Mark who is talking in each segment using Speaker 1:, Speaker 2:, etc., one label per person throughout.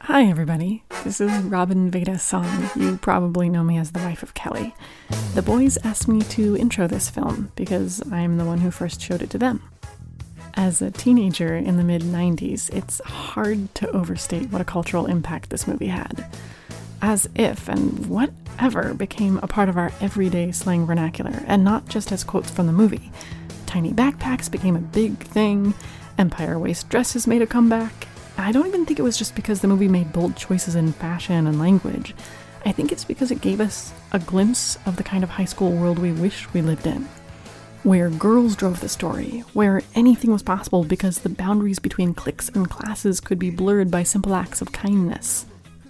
Speaker 1: Hi, everybody. This is Robin Veda Song. You probably know me as the wife of Kelly. The boys asked me to intro this film because I'm the one who first showed it to them. As a teenager in the mid 90s, it's hard to overstate what a cultural impact this movie had. As if and whatever became a part of our everyday slang vernacular, and not just as quotes from the movie. Tiny backpacks became a big thing, empire waist dresses made a comeback. I don't even think it was just because the movie made bold choices in fashion and language. I think it's because it gave us a glimpse of the kind of high school world we wish we lived in where girls drove the story, where anything was possible because the boundaries between cliques and classes could be blurred by simple acts of kindness,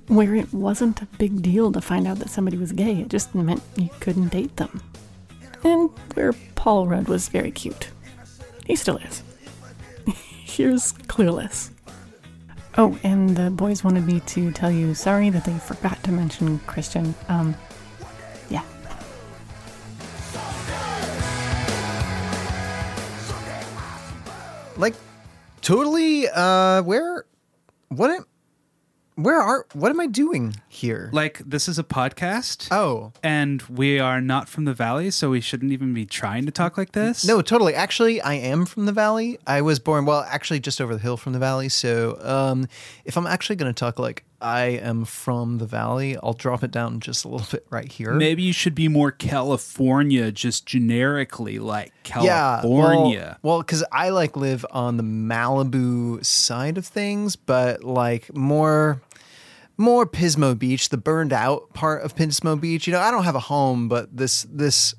Speaker 1: where it wasn't a big deal to find out that somebody was gay, it just meant you couldn't date them, and where Paul Rudd was very cute. He still is. Here's Clueless. Oh, and the boys wanted me to tell you sorry that they forgot to mention Christian. Um, yeah.
Speaker 2: like totally uh where what am where are what am i doing here
Speaker 3: Like this is a podcast.
Speaker 2: oh
Speaker 3: And we are not from the valley, so we shouldn't even be trying to talk like this.
Speaker 2: no totally actually i am from the valley i was born well actually just over the hill from the valley so um if i'm actually going to talk like i am from the valley i'll drop it down just a little bit right here
Speaker 3: Maybe you should be more California, just generically, like
Speaker 2: yeah
Speaker 3: California.
Speaker 2: well because i like live on the malibu side of things but like more more pismo beach the burned out part of pismo beach you know i don't have a home but this this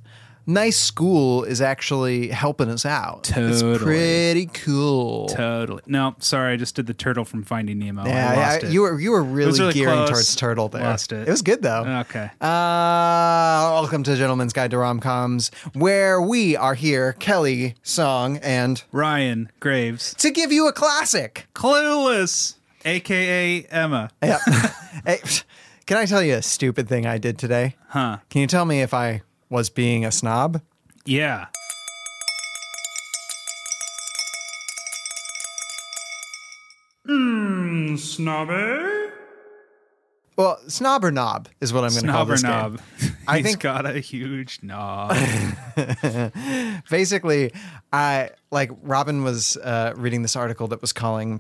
Speaker 2: nice school is actually helping us out
Speaker 3: Totally.
Speaker 2: it's pretty cool
Speaker 3: totally. No, sorry, I just did the turtle from Finding Nemo. I
Speaker 2: yeah,
Speaker 3: lost
Speaker 2: I-
Speaker 3: it.
Speaker 2: you were you were
Speaker 3: It
Speaker 2: really,
Speaker 3: was really
Speaker 2: gearing
Speaker 3: close.
Speaker 2: towards turtle there.
Speaker 3: Lost it.
Speaker 2: was good though.
Speaker 3: Okay.
Speaker 2: Uh, welcome to Gentleman's Guide to Rom Coms, where we are here, Kelly, Song, and
Speaker 3: Ryan Graves,
Speaker 2: to give you a classic.
Speaker 3: clueless, aka Emma.
Speaker 2: Yeah. Hey, Can I tell you a stupid thing I did today?
Speaker 3: Huh?
Speaker 2: Can you tell me if I was being a snob?
Speaker 3: Yeah. Mmm, snobby.
Speaker 2: Well, snob or knob is what I'm going to call
Speaker 3: Snob or
Speaker 2: this
Speaker 3: knob.
Speaker 2: I
Speaker 3: He's
Speaker 2: think-
Speaker 3: got a huge knob.
Speaker 2: game. Basically, I like Robin was uh, reading this article that was calling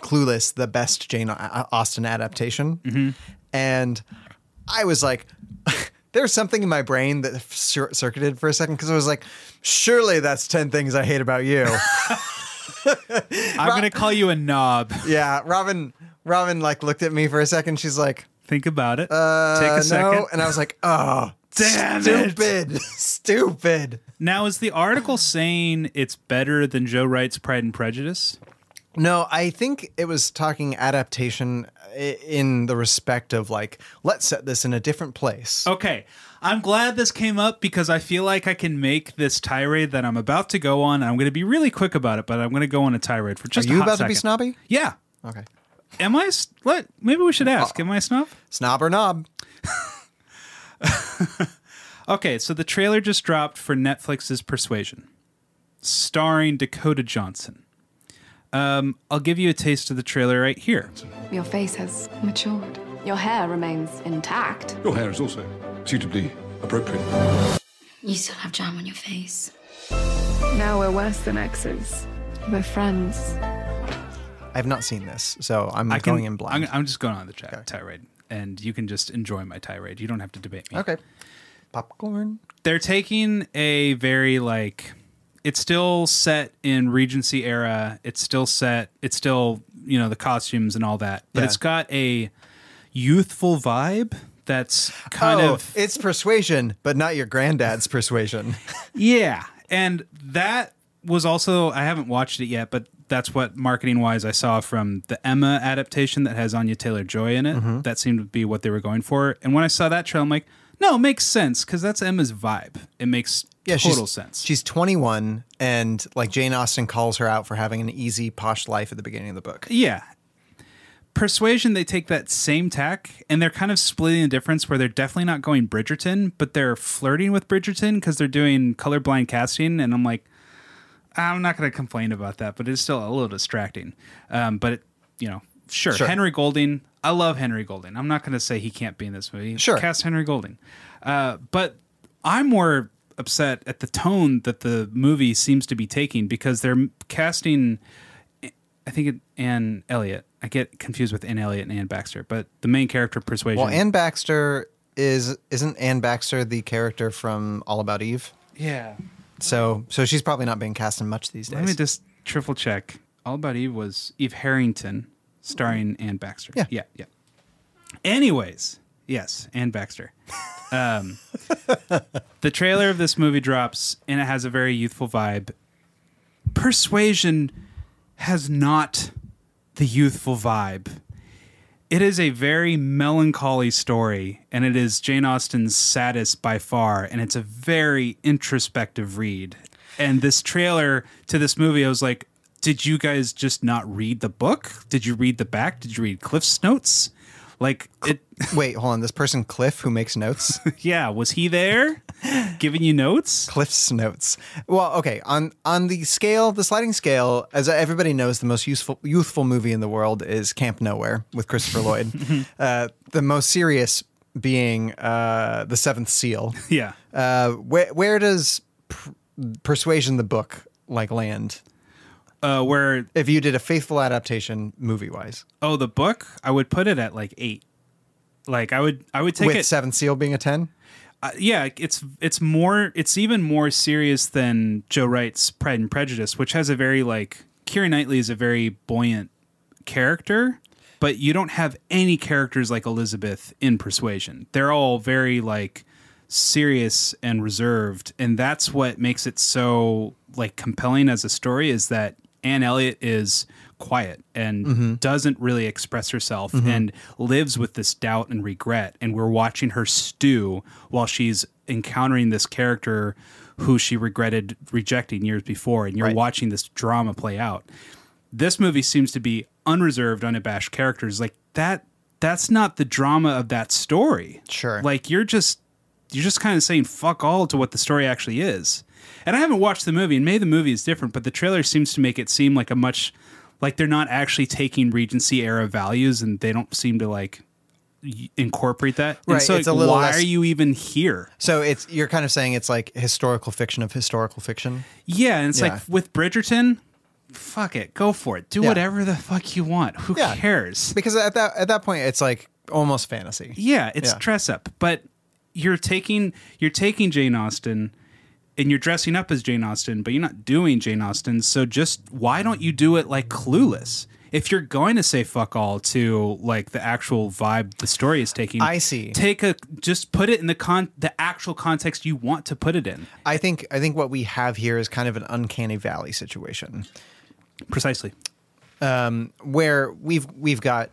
Speaker 2: Clueless the best Jane Au- Austen adaptation, and I was like. There was something in my brain that short circuited for a second because I was like, surely that's 10 things I hate about you.
Speaker 3: I'm gonna call you a knob.
Speaker 2: yeah. Robin, Robin like looked at me for a second. She's like,
Speaker 3: Think about it.
Speaker 2: Uh,
Speaker 3: Take a second.
Speaker 2: No. And I was like, oh,
Speaker 3: Damn it.
Speaker 2: stupid, stupid.
Speaker 3: now is the article saying it's better than Joe Wright's Pride and Prejudice?
Speaker 2: No, I think it was talking adaptation i- in the respect of like, let's set this in a different place.
Speaker 3: Okay. I'm glad this came up because I feel like I can make this tirade that I'm about to go on. I'm going to be really quick about it, but I'm going to go on a tirade for
Speaker 2: Are
Speaker 3: just a
Speaker 2: you
Speaker 3: hot
Speaker 2: about to be
Speaker 3: second.
Speaker 2: snobby?
Speaker 3: Yeah.
Speaker 2: Okay.
Speaker 3: Am I? s- What? Maybe we
Speaker 2: Uh,
Speaker 3: should ask. Am I a snob?
Speaker 2: Snob or knob?
Speaker 3: Okay, so the trailer just dropped for Netflix's Persuasion, starring Dakota Johnson. Um, I'll give you a taste of the trailer right here.
Speaker 4: Your face has matured. Your hair remains intact.
Speaker 5: Your hair is also suitably appropriate.
Speaker 6: You still have jam on your face.
Speaker 4: Now we're worse than exes. We're friends.
Speaker 2: I have not seen this, so I'm
Speaker 3: I
Speaker 2: going in blind.
Speaker 3: I'm, I'm just going on the tra- tirade, and you can just enjoy my tirade. You don't have to debate me.
Speaker 2: okay. Popcorn.
Speaker 3: They're taking a very like. It's still set in Regency era. It's still set. It's still you know the costumes and all that, but
Speaker 2: Yeah.
Speaker 3: it's got a youthful vibe that's kind
Speaker 2: oh,
Speaker 3: of
Speaker 2: it's persuasion, but not your granddad's persuasion.
Speaker 3: Yeah. And that was also, I haven't watched it yet, but that's what marketing wise I saw from the Emma adaptation that has Anya Taylor Joy in it.
Speaker 2: Mm-hmm.
Speaker 3: That seemed to be what they were going for. And when I saw that trailer, I'm like, no, it makes sense because that's Emma's vibe. It makes
Speaker 2: Yeah,
Speaker 3: total
Speaker 2: she's,
Speaker 3: sense.
Speaker 2: She's 21, and like Jane Austen calls her out for having an easy, posh life at the beginning of the book.
Speaker 3: Yeah. Persuasion, they take that same tack and they're kind of splitting the difference where they're definitely not going Bridgerton, but they're flirting with Bridgerton because they're doing colorblind casting. And I'm like, I'm not going to complain about that, but it's still a little distracting. Um, but, it, you know, sure,
Speaker 2: Sure.
Speaker 3: Henry Golding. I love Henry Golding. I'm not going to say he can't be in this movie.
Speaker 2: Sure.
Speaker 3: Cast Henry Golding. Uh, but I'm more upset at the tone that the movie seems to be taking because they're casting, I think, it, Anne Elliot. I get confused with Anne Elliot and Anne Baxter, but the main character, Persuasion.
Speaker 2: Well, Anne Baxter is isn't Anne Baxter the character from All About Eve?
Speaker 3: Yeah.
Speaker 2: So so she's probably not being cast in much these
Speaker 3: Let me
Speaker 2: days.
Speaker 3: just triple check. All About Eve was Eve Harrington starring Ann Baxter.
Speaker 2: Yeah.
Speaker 3: Yeah. Yeah. Anyways, yes, Ann Baxter. Um, the trailer of this movie drops and it has a very youthful vibe. Persuasion has not the youthful vibe. It is a very melancholy story, and it is Jane Austen's saddest by far, and it's a very introspective read. And this trailer to this movie, I was like, did you guys just not read the book? Did you read the back? Did you read Cliff's notes? Like, it,
Speaker 2: Wait, hold on. This person Cliff who makes notes.
Speaker 3: yeah, was he there giving you notes?
Speaker 2: Cliff's notes. Well, okay. On on the scale, the sliding scale, as everybody knows, the most useful youthful movie in the world is Camp Nowhere with Christopher Lloyd. uh, the most serious being uh, the Seventh Seal.
Speaker 3: Yeah.
Speaker 2: Uh, where where does pr- Persuasion the book like land?
Speaker 3: Uh, where,
Speaker 2: If you did a faithful adaptation movie wise,
Speaker 3: oh, the book, I would put it at like eight. Like, I would, I would take
Speaker 2: with
Speaker 3: it.
Speaker 2: Seventh Seal being a ten.
Speaker 3: uh, yeah, it's it's more it's even more serious than Joe Wright's Pride and Prejudice, which has a very like Keira Knightley is a very buoyant character, but you don't have any characters like Elizabeth in Persuasion. They're all very like serious and reserved, and that's what makes it so like compelling as a story is that Anne Elliot is quiet and doesn't really express herself and lives with this doubt and regret and we're watching her stew while she's encountering this character who she regretted rejecting years before and you're
Speaker 2: Right.
Speaker 3: watching this drama play out this movie seems to be unreserved, unabashed characters. Like that that's not the drama of that story.
Speaker 2: Sure.
Speaker 3: Like you're just you're just kind of saying fuck all to what the story actually is. And I haven't watched the movie, and maybe the movie is different, but the trailer seems to make it seem like a much like they're not actually taking Regency era values and they don't seem to like y- incorporate that. And
Speaker 2: Right,
Speaker 3: so
Speaker 2: it's
Speaker 3: like,
Speaker 2: a little
Speaker 3: why
Speaker 2: less-
Speaker 3: are you even here?
Speaker 2: So it's you're kind of saying it's like historical fiction of historical fiction.
Speaker 3: Yeah, and it's
Speaker 2: Yeah.
Speaker 3: like with Bridgerton, fuck it, go for it. Do
Speaker 2: Yeah.
Speaker 3: whatever the fuck you want. Who
Speaker 2: Yeah.
Speaker 3: cares?
Speaker 2: Because at that at that point it's like almost fantasy.
Speaker 3: Yeah, it's
Speaker 2: Yeah.
Speaker 3: dress up, but you're taking you're taking Jane Austen and you're dressing up as Jane Austen, but you're not doing Jane Austen. So just why don't you do it like Clueless? If you're going to say fuck all to like the actual vibe the story is taking,
Speaker 2: I see.
Speaker 3: Take a just put it in the con the actual context you want to put it in.
Speaker 2: I think I think what we have here is kind of an uncanny valley situation
Speaker 3: Precisely.
Speaker 2: where we've we've got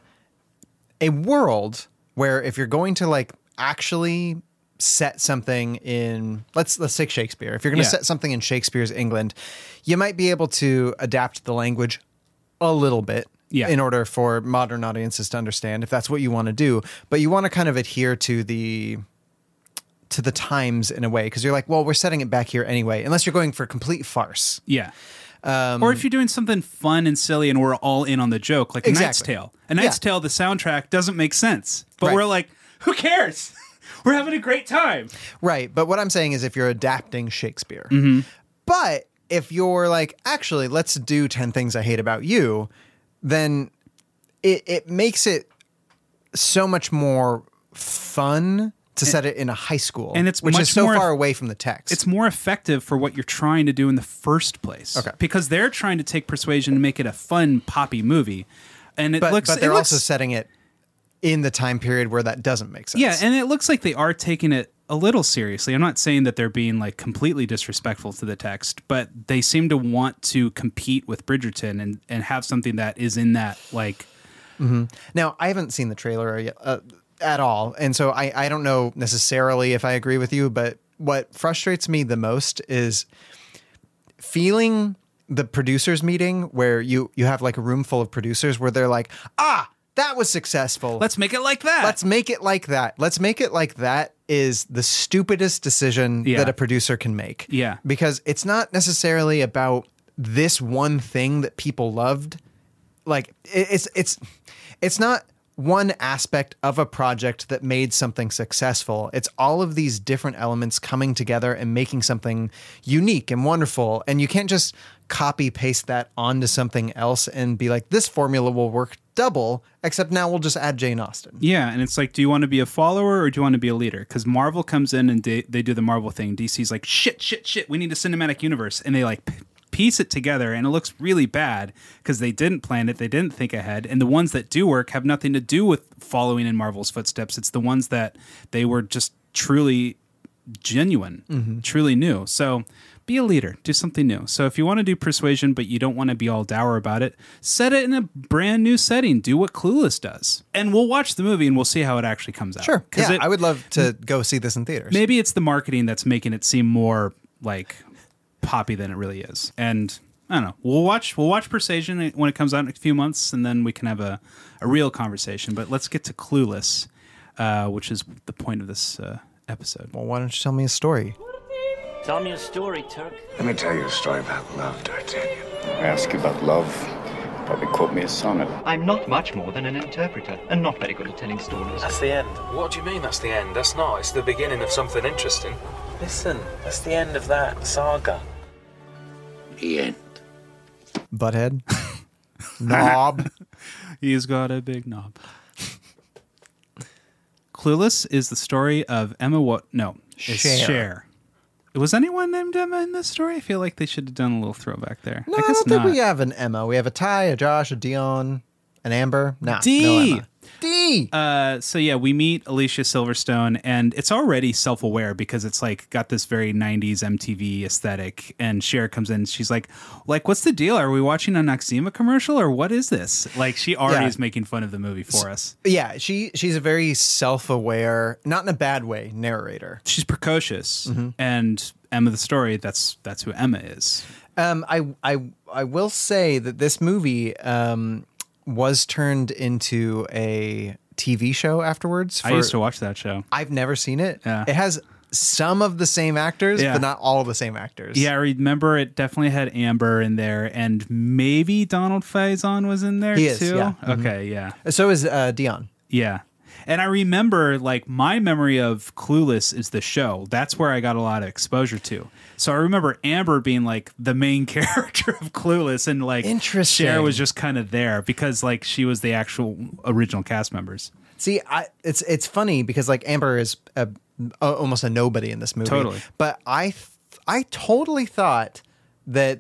Speaker 2: a world where if you're going to like actually set something in let's let's take Shakespeare. If you're going to
Speaker 3: Yeah.
Speaker 2: set something in Shakespeare's England, you might be able to adapt the language a little bit
Speaker 3: Yeah.
Speaker 2: in order for modern audiences to understand if that's what you want to do, but you want to kind of adhere to the to the times in a way because you're like, well, we're setting it back here anyway, unless you're going for complete farce.
Speaker 3: Yeah.
Speaker 2: Um,
Speaker 3: or if you're doing something fun and silly and we're all in on the joke, like A Knight's
Speaker 2: Exactly.
Speaker 3: Tale. A Knight's
Speaker 2: Yeah.
Speaker 3: Tale, the soundtrack doesn't make sense, but
Speaker 2: Right.
Speaker 3: we're like, who cares? we're having a great time.
Speaker 2: Right. But what I'm saying is if you're adapting Shakespeare,
Speaker 3: Mm-hmm.
Speaker 2: but if you're like, actually, let's do 10 Things I Hate About You, then it, it makes it so much more fun to set it in a high school.
Speaker 3: and it's
Speaker 2: which
Speaker 3: much
Speaker 2: is so
Speaker 3: more-
Speaker 2: far away from the text.
Speaker 3: It's more effective for what you're trying to do in the first place.
Speaker 2: Okay.
Speaker 3: Because they're trying to take persuasion and make it a fun poppy movie. And it
Speaker 2: but,
Speaker 3: looks
Speaker 2: but they're
Speaker 3: it looks,
Speaker 2: also setting it in the time period where that doesn't make sense.
Speaker 3: Yeah, and it looks like they are taking it a little seriously. I'm not saying that they're being like completely disrespectful to the text, but they seem to want to compete with Bridgerton and and have something that is in that like
Speaker 2: Now, I haven't seen the trailer yet, uh, at all, and so I, I don't know necessarily if I agree with you, but what frustrates me the most is feeling the producers meeting where you you have like a room full of producers where they're like, "Ah, that was successful.
Speaker 3: let's make it like that.
Speaker 2: Let's make it like that. Let's make it like that is the stupidest decision
Speaker 3: Yeah.
Speaker 2: that a producer can make.
Speaker 3: Yeah.
Speaker 2: Because it's not necessarily about this one thing that people loved. like it, it's it's it's not one aspect of a project that made something successful. It's all of these different elements coming together and making something unique and wonderful. And you can't just copy paste that onto something else and be like, this formula will work double, except now we'll just add Jane Austen.
Speaker 3: Yeah, and it's like, do you want to be a follower or do you want to be a leader? Because Marvel comes in and they, they do the Marvel thing. DC's like, shit, shit, shit. We need a cinematic universe, and they like p- piece it together, and it looks really bad because they didn't plan it, they didn't think ahead, and the ones that do work have nothing to do with following in Marvel's footsteps. It's the ones that they were just truly genuine,
Speaker 2: Mm-hmm.
Speaker 3: truly new. So. Be a leader. Do something new. So if you want to do persuasion, but you don't want to be all dour about it, set it in a brand new setting. Do what Clueless does, and we'll watch the movie and we'll see how it actually comes out.
Speaker 2: Sure.
Speaker 3: because
Speaker 2: Yeah, I would love to go see this in theaters.
Speaker 3: Maybe it's the marketing that's making it seem more like poppy than it really is. And I don't know. We'll watch. We'll watch Persuasion when it comes out in a few months, and then we can have a, a real conversation. But let's get to Clueless, uh, which is the point of this uh, episode.
Speaker 2: Well, why don't you tell me a story?
Speaker 7: Tell me a story, Turk.
Speaker 5: Let me tell you a story about love, D'Artagnan. I ask you about love. Probably quote me a sonnet.
Speaker 8: I'm not much more than an interpreter, and not very good at telling stories.
Speaker 9: That's the end. What do you mean that's the end? That's not. Oh, It's the beginning of something interesting. Listen, that's the end of that saga.
Speaker 7: The end.
Speaker 2: Butthead? Knob?
Speaker 3: He's got a big knob. Clueless is the story of Emma. What? No, it's
Speaker 2: Cher.
Speaker 3: Cher. Was anyone named Emma in this story? I feel like they should have done a little throwback there.
Speaker 2: No, I,
Speaker 3: guess
Speaker 2: don't think we have an Emma. We have a Ty, a Josh, a Dion, an Amber. Nah, no
Speaker 3: Dee.
Speaker 2: Emma. D.
Speaker 3: Uh, so yeah, we meet Alicia Silverstone, and it's already self-aware because it's like got this very '90s MTV aesthetic. And Cher comes in, she's like, "Like, what's the deal? Are we watching an Noxema commercial, or what is this?" Like, she already
Speaker 2: Yeah.
Speaker 3: is making fun of the movie for us.
Speaker 2: yeah, she she's a very self-aware, not in a bad way, narrator.
Speaker 3: She's precocious, and Emma the story. That's that's who Emma is.
Speaker 2: Um, I I I will say that this movie um was turned into a TV show afterwards.
Speaker 3: I
Speaker 2: for-
Speaker 3: used to watch that show.
Speaker 2: I've never seen it.
Speaker 3: Yeah.
Speaker 2: It has some of the same actors,
Speaker 3: Yeah.
Speaker 2: but not all the same actors.
Speaker 3: Yeah, I remember it definitely had Amber in there, and maybe Donald Faison was in there
Speaker 2: He is,
Speaker 3: too.
Speaker 2: yeah. Mm-hmm.
Speaker 3: Okay, yeah.
Speaker 2: So is uh, Dion.
Speaker 3: Yeah. And I remember, like, my memory of Clueless is the show. That's where I got a lot of exposure to. So I remember Amber being like the main character of Clueless, and like,
Speaker 2: Interesting.
Speaker 3: Cher was just kind of there because like she was the actual original cast members.
Speaker 2: See, I, it's it's funny because like Amber is a, a- almost a nobody in this movie.
Speaker 3: Totally.
Speaker 2: But I th- I totally thought that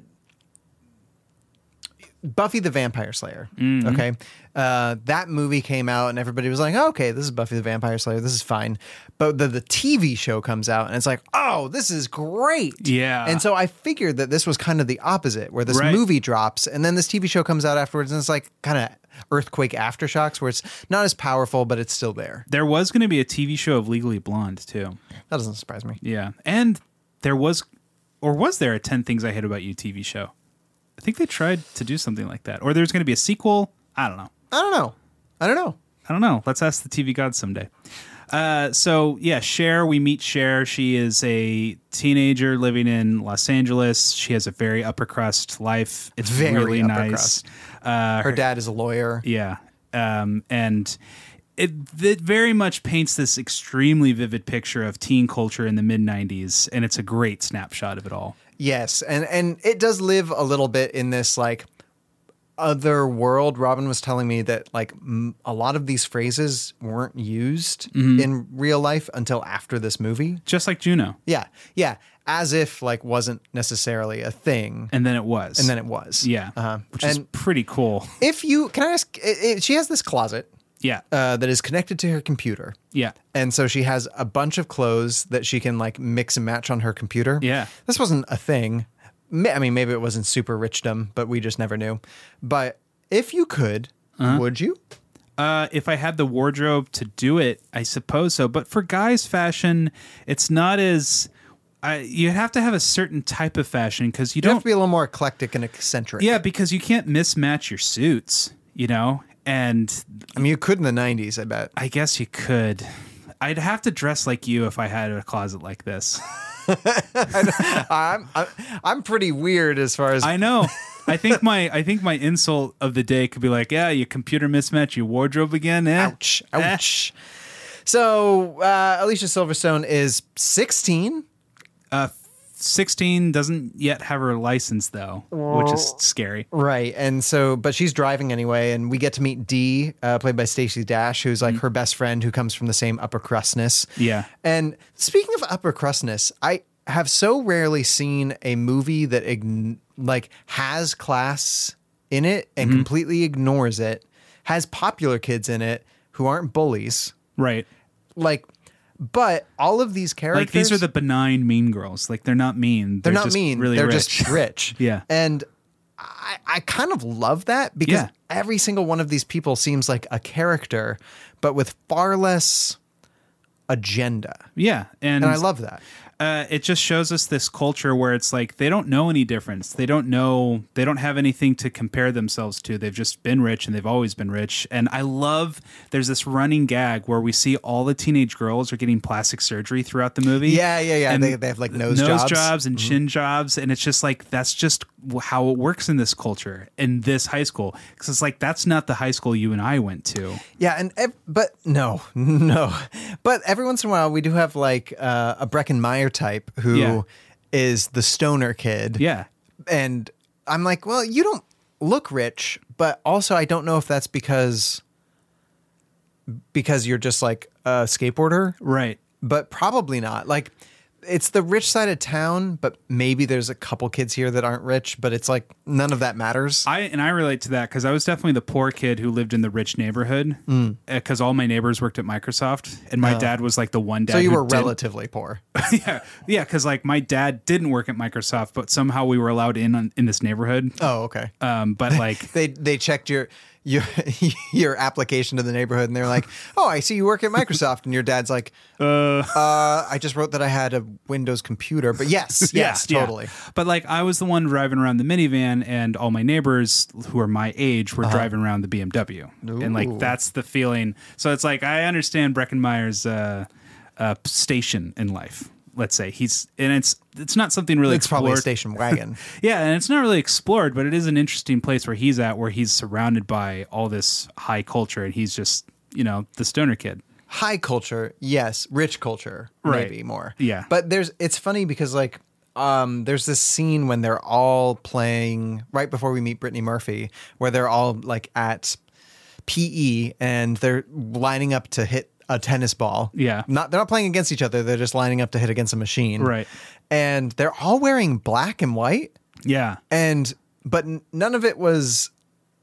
Speaker 2: Buffy the Vampire Slayer.
Speaker 3: Mm-hmm.
Speaker 2: Okay, uh, that movie came out and everybody was like, okay, this is Buffy the Vampire Slayer. This is fine. But the the TV show comes out and it's like, oh, this is great.
Speaker 3: Yeah.
Speaker 2: And so I figured that this was kind of the opposite, where this
Speaker 3: Right.
Speaker 2: movie drops and then this TV show comes out afterwards and it's like kind of earthquake aftershocks where it's not as powerful, but it's still there.
Speaker 3: There was going to be a TV show of Legally Blonde too.
Speaker 2: That doesn't surprise me.
Speaker 3: Yeah. And there was, or was there a 10 Things I Hate About You TV show? I think they tried to do something like that. Or there's going to be a sequel. I don't know.
Speaker 2: I don't know. I don't know.
Speaker 3: I don't know. Let's ask the TV gods someday. Uh, so yeah, Cher. We meet Cher. She is a teenager living in Los Angeles. She has a very upper crust life. It's
Speaker 2: Very
Speaker 3: really
Speaker 2: upper
Speaker 3: nice.
Speaker 2: crust. Her dad is a lawyer.
Speaker 3: Yeah. Um, and it, it very much paints this extremely vivid picture of teen culture in the mid 90s. And it's a great snapshot of it all.
Speaker 2: Yes, and and it does live a little bit in this like other world. Robin was telling me that like m- a lot of these phrases weren't used
Speaker 3: Mm-hmm.
Speaker 2: in real life until after this movie.
Speaker 3: Just like Juno.
Speaker 2: Yeah, yeah, as if like wasn't necessarily a thing,
Speaker 3: And then it was.
Speaker 2: and then it was.
Speaker 3: Yeah.
Speaker 2: uh-huh.
Speaker 3: Which
Speaker 2: and
Speaker 3: is pretty cool.
Speaker 2: if you can I ask, i i she has this closet
Speaker 3: Yeah.
Speaker 2: uh, that is connected to her computer.
Speaker 3: yeah.
Speaker 2: And so she has a bunch of clothes that she can like mix and match on her computer.
Speaker 3: Yeah.
Speaker 2: This wasn't a thing. Ma- I mean, maybe it wasn't super richdom, but we just never knew. But if you could,
Speaker 3: Uh-huh.
Speaker 2: would you?
Speaker 3: Uh, if I had the wardrobe to do it, I suppose so. But for guys' fashion, it's not as I, you have to have a certain type of fashion because you
Speaker 2: You'd have
Speaker 3: don't.
Speaker 2: to be a little more eclectic and eccentric.
Speaker 3: yeah, because you can't mismatch your suits, you know. And
Speaker 2: I mean, you could in the 90s, I bet.
Speaker 3: I guess you could. I'd have to dress like you if I had a closet like this.
Speaker 2: I'm, I'm, I'm pretty weird as far as
Speaker 3: I know. I think my I think my insult of the day could be like, yeah, your computer mismatch, your wardrobe again. Eh?
Speaker 2: Ouch.
Speaker 3: Eh."
Speaker 2: Ouch. So uh, Alicia Silverstone is 16.
Speaker 3: Sixteen doesn't yet have her license though, which is scary.
Speaker 2: Right. And so, but she's driving anyway. And we get to meet Dee, uh, played by Stacey Dash, who's like her best friend who comes from the same upper crustness.
Speaker 3: Mm. Yeah.
Speaker 2: And speaking of upper crustness, I have so rarely seen a movie that ign- like has class in it and
Speaker 3: Mm-hmm.
Speaker 2: completely ignores it, has popular kids in it who aren't bullies.
Speaker 3: Right.
Speaker 2: Like, but all of these characters
Speaker 3: Like these are the benign mean girls. Like they're not mean.
Speaker 2: they're, not
Speaker 3: just
Speaker 2: mean.
Speaker 3: Really
Speaker 2: they're
Speaker 3: rich.
Speaker 2: just rich.
Speaker 3: Yeah.
Speaker 2: And I, I kind of love that because
Speaker 3: Yeah.
Speaker 2: every single one of these people seems like a character, but with far less agenda.
Speaker 3: yeah, and,
Speaker 2: And I love that.
Speaker 3: uh, it just shows us this culture where it's like they don't know any difference. They don't know. They don't have anything to compare themselves to. They've just been rich and they've always been rich. And I love. There's this running gag where we see all the teenage girls are getting plastic surgery throughout the movie.
Speaker 2: Yeah, yeah, yeah.
Speaker 3: And
Speaker 2: They- they have, like, nose
Speaker 3: nose
Speaker 2: jobs. Mm-hmm.
Speaker 3: and chin jobs, and it's just like that's just w- how it works in this culture in this high school. Because it's like that's not the high school you and I went to.
Speaker 2: Yeah, and ev- but no, no. But every once in a while, we do have like uh, a Breckenmeyer type who is
Speaker 3: Yeah.
Speaker 2: the stoner kid.
Speaker 3: Yeah.
Speaker 2: and I'm like, well, you don't look rich, but also I don't know if that's because because you're just like a skateboarder,
Speaker 3: Right.
Speaker 2: but probably not. Like it's the rich side of town, but maybe there's a couple kids here that aren't rich, but it's like none of that matters.
Speaker 3: I and I relate to that because I was definitely the poor kid who lived in the rich neighborhood
Speaker 2: Mm.
Speaker 3: because all my neighbors worked at Microsoft and my dad was like the one dad.
Speaker 2: so you
Speaker 3: who
Speaker 2: were
Speaker 3: didn't-
Speaker 2: relatively poor.
Speaker 3: yeah, yeah, because like my dad didn't work at Microsoft, but somehow we were allowed in on, in this neighborhood.
Speaker 2: Oh, okay.
Speaker 3: Um, but like,
Speaker 2: they they checked your your your application to the neighborhood and they're like, "Oh, I see you work at Microsoft." And your dad's like, "Uh, I just wrote that I had a Windows computer." But yes, yes,
Speaker 3: yeah, yeah.
Speaker 2: totally.
Speaker 3: But like, I was the one driving around the minivan, and all my neighbors who are my age
Speaker 2: Uh-huh.
Speaker 3: were driving around the BMW, and like that's the feeling. So it's like I understand Breckenmeyer's uh, uh, station in life. Let's say he's, and it's it's not something really
Speaker 2: It's probably a
Speaker 3: explored.
Speaker 2: station wagon.
Speaker 3: Yeah, and it's not really explored, but it is an interesting place where he's at, where he's surrounded by all this high culture, and he's just, you know, the stoner kid.
Speaker 2: High culture, yes. Rich culture,
Speaker 3: Right.
Speaker 2: maybe more.
Speaker 3: Yeah.
Speaker 2: But there's it's funny because like um, there's this scene when they're all playing right before we meet Brittany Murphy, where they're all like at PE and they're lining up to hit a tennis ball.
Speaker 3: Yeah.
Speaker 2: Not they're not playing against each other, they're just lining up to hit against a machine.
Speaker 3: Right.
Speaker 2: And they're all wearing black and white
Speaker 3: Yeah.
Speaker 2: and but n- none of it was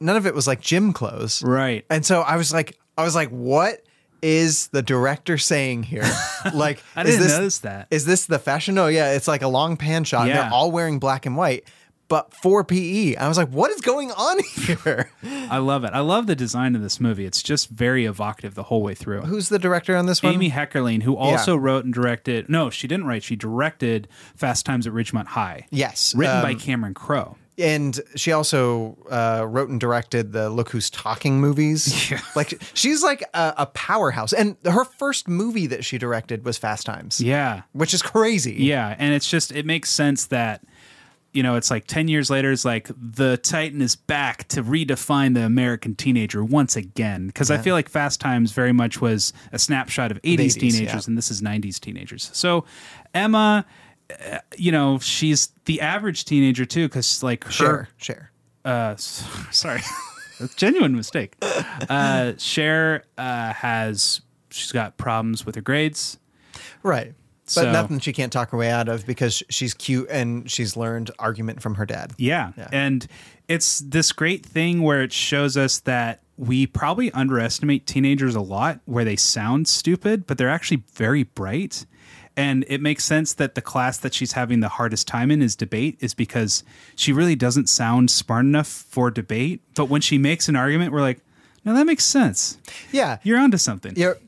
Speaker 2: none of it was like gym clothes.
Speaker 3: Right.
Speaker 2: And so I was like I was like what is the director saying here? Like
Speaker 3: I
Speaker 2: is
Speaker 3: didn't
Speaker 2: this,
Speaker 3: notice that.
Speaker 2: Is this the fashion? No, yeah, it's like a long pan shot. and
Speaker 3: Yeah.
Speaker 2: they're all wearing black and white, but for PE. I was like what is going on here?
Speaker 3: I love it. I love the design of this movie. It's just very evocative the whole way through.
Speaker 2: Who's the director on this one?
Speaker 3: Amy Heckerling, who also wrote and directed, no, she didn't write. She directed Fast Times at Ridgemont High.
Speaker 2: Yes,
Speaker 3: Written by
Speaker 2: um,
Speaker 3: Cameron Crowe.
Speaker 2: and she also uh, wrote and directed the Look Who's Talking movies. Like she's like a, a powerhouse, and her first movie that she directed was Fast Times.
Speaker 3: Yeah.
Speaker 2: which is crazy.
Speaker 3: Yeah, and it's just it makes sense that you know it's like 10 years later it's like the titan is back to redefine the american teenager once again because i feel like fast times very much was a snapshot of 80s,
Speaker 2: 80s,
Speaker 3: teenagers
Speaker 2: yeah.
Speaker 3: and this is 90s teenagers so emma uh, you know she's the average teenager too because like her
Speaker 2: share, share.
Speaker 3: uh, s- sorry, That's a genuine mistake. Uh, Cher uh, has she's got problems with her grades.
Speaker 2: Right. But
Speaker 3: So-
Speaker 2: nothing she can't talk her way out of because she's cute and she's learned argument from her dad.
Speaker 3: Yeah. And it's this great thing where it shows us that we probably underestimate teenagers a lot where they sound stupid, but they're actually very bright. And it makes sense that the class that she's having the hardest time in is debate, is because she really doesn't sound smart enough for debate. But when she makes an argument, we're like, no, that makes sense.
Speaker 2: Yeah.
Speaker 3: You're onto something.
Speaker 2: You're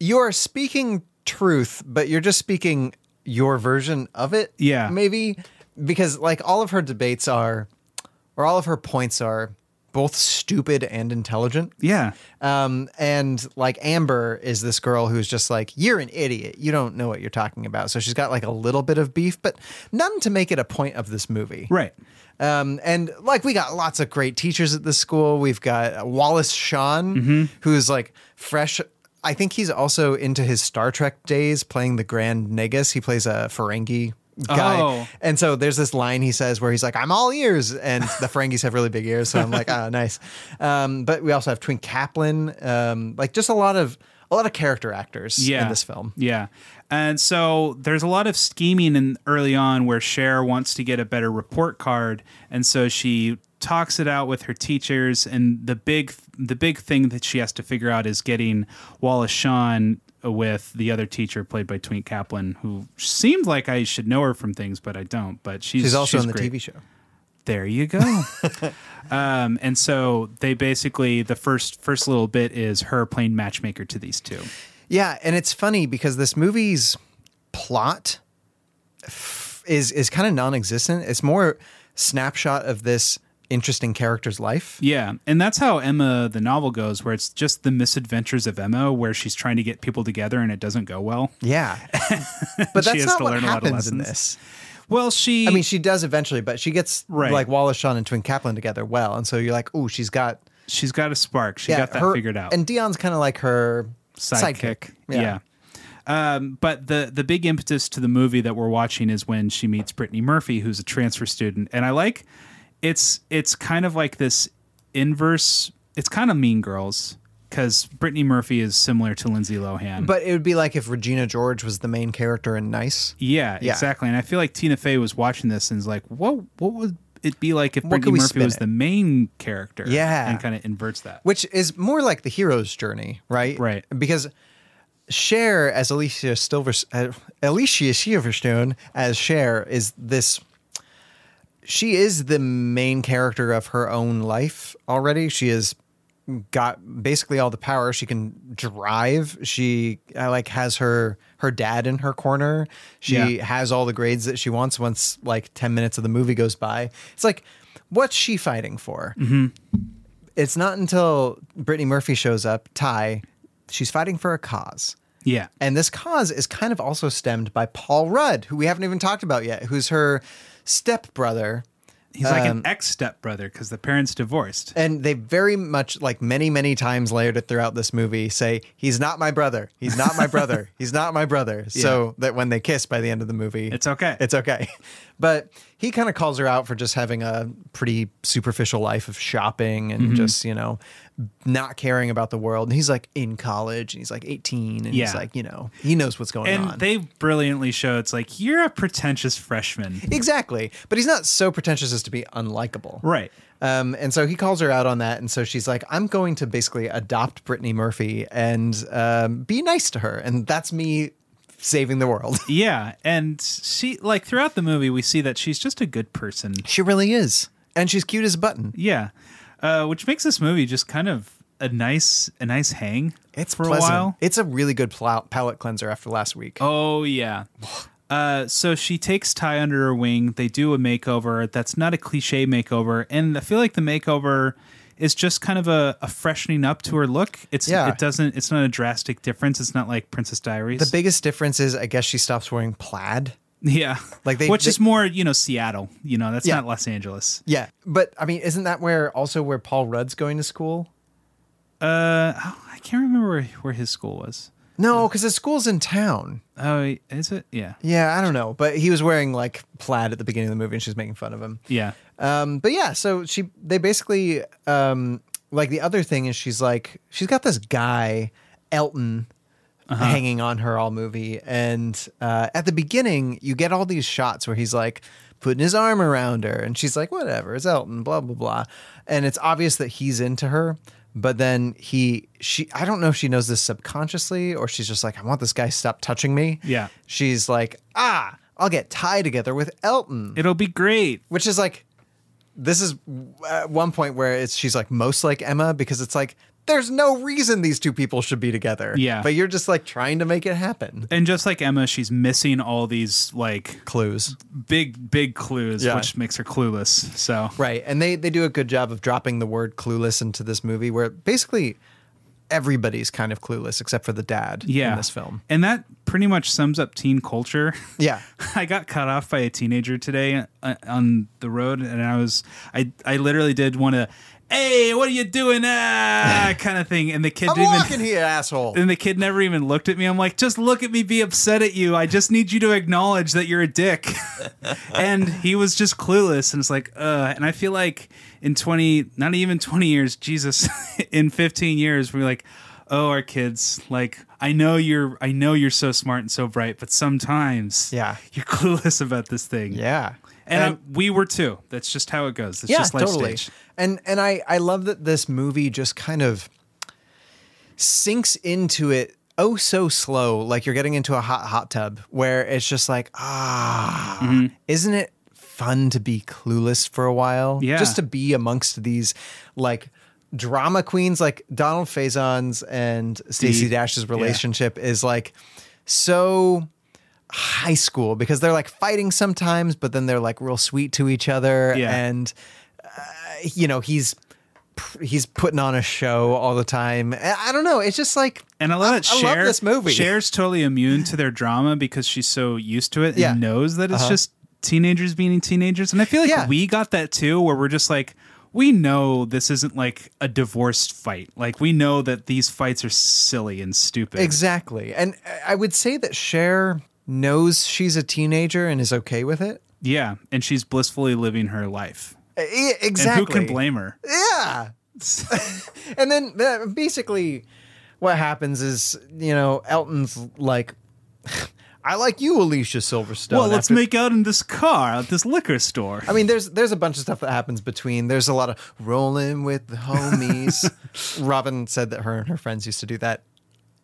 Speaker 2: you're speaking truth, but you're just speaking your version of it.
Speaker 3: Yeah.
Speaker 2: Maybe because like all of her debates are or all of her points are both stupid and intelligent.
Speaker 3: Yeah.
Speaker 2: Um, and like Amber is this girl who's just like, you're an idiot. You don't know what you're talking about. So she's got like a little bit of beef, but none to make it a point of this movie.
Speaker 3: Right.
Speaker 2: Um, and like we got lots of great teachers at this school. We've got uh, Wallace Shawn,
Speaker 3: Mm-hmm.
Speaker 2: who's like fresh. I think he's also into his Star Trek days playing the Grand Negus. He plays a Ferengi guy.
Speaker 3: Oh.
Speaker 2: And so there's this line he says where he's like, I'm all ears. And the Ferengis have really big ears. So I'm like, oh, nice. Um, but we also have Twin Kaplan, um, like just a lot of a lot of character actors
Speaker 3: yeah.
Speaker 2: in this film.
Speaker 3: Yeah. And so there's a lot of scheming in early on where Cher wants to get a better report card and so she talks it out with her teachers and the big the big thing that she has to figure out is getting Wallace Shawn with the other teacher played by Twink Kaplan who seemed like I should know her from things but I don't but she's
Speaker 2: She's also
Speaker 3: she's
Speaker 2: in the
Speaker 3: great.
Speaker 2: TV show.
Speaker 3: There you go. um, and so they basically the first first little bit is her playing matchmaker to these two.
Speaker 2: Yeah, and it's funny because this movie's plot f- is is kind of non-existent. It's more snapshot of this interesting character's life.
Speaker 3: Yeah, and that's how Emma the novel goes, where it's just the misadventures of Emma, where she's trying to get people together and it doesn't go well.
Speaker 2: Yeah, but
Speaker 3: She
Speaker 2: that's
Speaker 3: has
Speaker 2: not
Speaker 3: to
Speaker 2: what
Speaker 3: learn a lot of
Speaker 2: happens in
Speaker 3: lessons.
Speaker 2: this.
Speaker 3: Well, she.
Speaker 2: I mean, she does eventually, but she gets
Speaker 3: Right.
Speaker 2: like Wallace Shawn and Twin Kaplan together well, and so you're like, ooh, she's got
Speaker 3: she's got a spark. She got that
Speaker 2: her-
Speaker 3: figured out.
Speaker 2: And Dion's kind of like her
Speaker 3: sidekick.
Speaker 2: sidekick.
Speaker 3: Yeah. Um, but the the big impetus to the movie that we're watching is when she meets Brittany Murphy, who's a transfer student, and I like it's it's kind of like this inverse. It's kind of Mean Girls because Brittany Murphy is similar to Lindsay Lohan.
Speaker 2: But it would be like if Regina George was the main character in Nice.
Speaker 3: yeah,
Speaker 2: Yeah.
Speaker 3: exactly. And I feel like Tina Fey was watching this and is like, what what would it be like if
Speaker 2: could
Speaker 3: Brittany
Speaker 2: we
Speaker 3: Murphy
Speaker 2: spin
Speaker 3: was
Speaker 2: it?
Speaker 3: the main character?
Speaker 2: Yeah.
Speaker 3: and kind of inverts that.
Speaker 2: which is more like the hero's journey, right?
Speaker 3: Right.
Speaker 2: Because Cher as Alicia Silver, uh, Alicia Silverstone as Cher is this. She is the main character of her own life already. She has got basically all the power. She can drive. She uh, like has her her dad in her corner. She
Speaker 3: Yeah.
Speaker 2: has all the grades that she wants. Once like ten minutes of the movie goes by, it's like, what's she fighting for? it's not until Brittany Murphy shows up, Ty, she's fighting for a cause.
Speaker 3: Yeah,
Speaker 2: And this cause is kind of also stemmed by Paul Rudd, who we haven't even talked about yet, who's her stepbrother.
Speaker 3: he's like
Speaker 2: Um,
Speaker 3: an ex stepbrother because the parents divorced.
Speaker 2: And they very much, like many, many times later throughout this movie, say, he's not my brother. He's not my brother. he's not my brother. So that when they kiss by the end of the movie,
Speaker 3: It's okay.
Speaker 2: It's okay. But he kind of calls her out for just having a pretty superficial life of shopping
Speaker 3: Mm-hmm.
Speaker 2: and just, you know, not caring about the world. And he's like in college and he's like 18 and
Speaker 3: Yeah.
Speaker 2: he's like, you know, he knows what's going
Speaker 3: and
Speaker 2: on.
Speaker 3: they brilliantly show it's like you're a pretentious freshman
Speaker 2: exactly. But he's not so pretentious as to be unlikable.
Speaker 3: right
Speaker 2: Um, and so he calls her out on that. And so she's like, I'm going to basically adopt Brittany Murphy and um, be nice to her. And that's me saving the world.
Speaker 3: yeah and she like throughout the movie we see that she's just a good person
Speaker 2: she really is. And she's cute as a button.
Speaker 3: yeah uh, which makes this movie just kind of a nice a nice hang
Speaker 2: It's
Speaker 3: for
Speaker 2: pleasant.
Speaker 3: a while
Speaker 2: It's a really good plow- palate cleanser after last week.
Speaker 3: oh yeah uh, so she takes ty under her wing they do a makeover that's not a cliche makeover and i feel like the makeover is just kind of a, a freshening up to her look it's
Speaker 2: Yeah.
Speaker 3: it doesn't it's not a drastic difference it's not like princess diaries
Speaker 2: The biggest difference is, I guess, she stops wearing plaid.
Speaker 3: Yeah.
Speaker 2: Like, they-
Speaker 3: which
Speaker 2: they-
Speaker 3: is more, you know, Seattle, you know, that's
Speaker 2: Yeah.
Speaker 3: not Los Angeles.
Speaker 2: Yeah, but I mean, isn't that where also where Paul Rudd's going to school?
Speaker 3: Uh, oh, I can't remember where, where his school was.
Speaker 2: No, because his school's in town.
Speaker 3: Oh, is it? Yeah.
Speaker 2: Yeah, I don't know, but he was wearing like plaid at the beginning of the movie, and she's making fun of him.
Speaker 3: Yeah.
Speaker 2: Um, but yeah, so she they basically um, like the other thing is she's like she's got this guy Elton hanging on her all movie, and uh, at the beginning you get all these shots where he's like putting his arm around her, and she's like whatever, it's Elton, blah blah blah, and it's obvious that he's into her. But then he, she, I don't know if she knows this subconsciously or she's just like, I want this guy to stop touching me.
Speaker 3: Yeah.
Speaker 2: She's like, ah, I'll get tied together with Elton
Speaker 3: It'll be great.
Speaker 2: which is like this is at one point where it's she's like most like Emma because it's like there's no reason these two people should be together.
Speaker 3: Yeah.
Speaker 2: But you're just like trying to make it happen.
Speaker 3: And just like Emma, she's missing all these like
Speaker 2: Clues.
Speaker 3: big, big clues,
Speaker 2: Yeah.
Speaker 3: which makes her clueless. So
Speaker 2: Right. And they, they do a good job of dropping the word clueless into this movie where basically everybody's kind of clueless except for the dad
Speaker 3: yeah,
Speaker 2: in this film.
Speaker 3: and that pretty much sums up teen culture.
Speaker 2: Yeah.
Speaker 3: I got cut off by a teenager today uh, on the road, and I was I I literally did want to, hey, what are you doing, ah, kind of thing, and the kid
Speaker 2: I'm
Speaker 3: didn't
Speaker 2: walking
Speaker 3: even.
Speaker 2: here, asshole.
Speaker 3: And the kid never even looked at me. I'm like, just look at me, be upset at you. I just need you to acknowledge that you're a dick. and he was just clueless. And it's like, uh, and I feel like in 20, not even 20 years, Jesus, in 15 years, we're like, oh, our kids, like, I know you're, I know you're so smart and so bright, but sometimes,
Speaker 2: Yeah.
Speaker 3: you're clueless about this thing.
Speaker 2: Yeah.
Speaker 3: And, I- we were too. That's just how it goes. That's just life stage.
Speaker 2: And and I I love that this movie just kind of sinks into it oh so slow, like you're getting into a hot hot tub where it's just like ah,
Speaker 3: Mm-hmm.
Speaker 2: isn't it fun to be clueless for a while?
Speaker 3: Yeah.
Speaker 2: just to be amongst these like. Drama queens like Donald Faison's and Stacey
Speaker 3: Deep.
Speaker 2: Dash's relationship is like so high school because they're like fighting sometimes, but then they're like real sweet to each other.
Speaker 3: Yeah.
Speaker 2: And, uh, you know, he's he's putting on a show all the time. I I don't know. It's just like,
Speaker 3: And I love that
Speaker 2: I
Speaker 3: Cher,
Speaker 2: love this movie.
Speaker 3: Cher's totally immune to their drama because she's so used to it and
Speaker 2: Yeah.
Speaker 3: knows that it's just teenagers being teenagers. And I feel like
Speaker 2: Yeah.
Speaker 3: we got that too, where we're just like, we know this isn't like a divorced fight. Like we know that these fights are silly and stupid.
Speaker 2: exactly. And I would say that Cher knows she's a teenager and is okay with it.
Speaker 3: yeah, and she's blissfully living her life.
Speaker 2: E- Exactly.
Speaker 3: And who can blame her?
Speaker 2: Yeah. and then uh, basically what happens is, you know, Elton's like, I like you, Alicia Silverstone.
Speaker 3: well, let's
Speaker 2: after
Speaker 3: make out in this car at this liquor store.
Speaker 2: I mean, there's there's a bunch of stuff that happens between. There's a lot of rolling with the homies. Robin said that her and her friends used to do that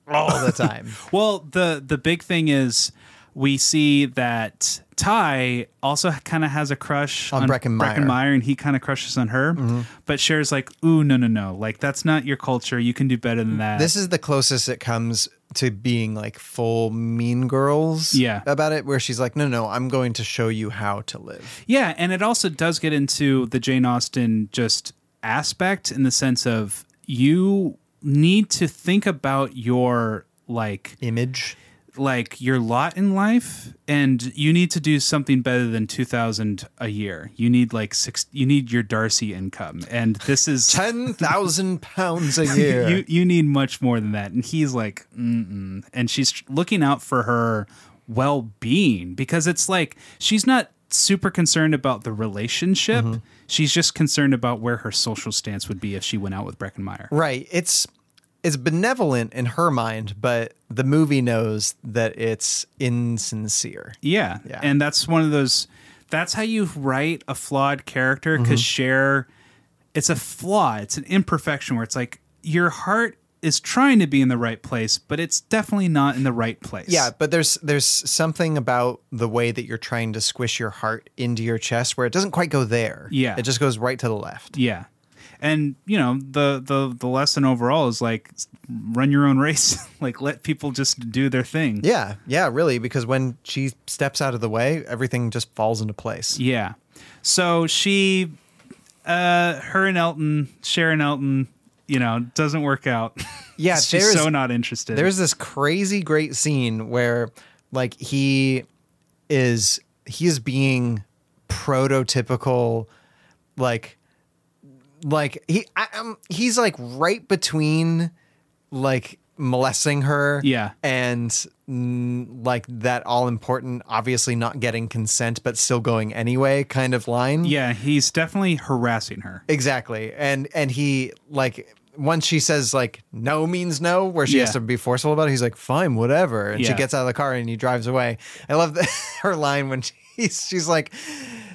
Speaker 2: all the time.
Speaker 3: Well, the the big thing is we see that Ty also kind of has a crush
Speaker 2: On Mm-hmm. Breckenmeyer.
Speaker 3: Breckenmeyer, and he kind of crushes on her. But Cher's like, "Ooh, no, no, no! Like that's not your culture. You can do better than that."
Speaker 2: this is the closest it comes to being like full mean girls
Speaker 3: Yeah.
Speaker 2: about it where she's like no no i'm going to show you how to live
Speaker 3: yeah, and it also does get into the Jane Austen just aspect in the sense of you need to think about your like
Speaker 2: image
Speaker 3: like your lot in life and you need to do something better than 2000 a year you need like six you need your darcy income and this is
Speaker 2: 10,000 pounds a year
Speaker 3: you you need much more than that and he's like mm and she's looking out for her well-being because it's like she's not super concerned about the relationship she's just concerned about where her social stance would be if she went out with breckenmeyer
Speaker 2: Right. It's it's benevolent in her mind, but the movie knows that it's insincere.
Speaker 3: Yeah.
Speaker 2: Yeah.
Speaker 3: And that's one of those that's how you write a flawed character
Speaker 2: Mm-hmm.
Speaker 3: because Cher it's a flaw, it's an imperfection where it's like your heart is trying to be in the right place, but it's definitely not in the right place.
Speaker 2: Yeah, but there's there's something about the way that you're trying to squish your heart into your chest where it doesn't quite go there.
Speaker 3: Yeah.
Speaker 2: It just goes right to the left.
Speaker 3: Yeah. And you know, the the the lesson overall is like run your own race. like let people just do their thing.
Speaker 2: Yeah, yeah, really, because when she steps out of the way, everything just falls into place.
Speaker 3: Yeah. So she uh her and Elton, Cher and Elton, you know, doesn't work out.
Speaker 2: Yeah,
Speaker 3: She's
Speaker 2: there's-
Speaker 3: so not interested.
Speaker 2: There's this crazy great scene where like he is he is being prototypical like like he I, um, he's like right between like molesting her
Speaker 3: Yeah.
Speaker 2: and mm, like that all important obviously not getting consent but still going anyway kind of line
Speaker 3: Yeah, he's definitely harassing her.
Speaker 2: Exactly. And and he like once she says like no means no, where she
Speaker 3: Yeah.
Speaker 2: has to be forceful about it, he's like, fine, whatever. And she
Speaker 3: Yeah.
Speaker 2: gets out of the car and he drives away. I love the, her line when she's she's like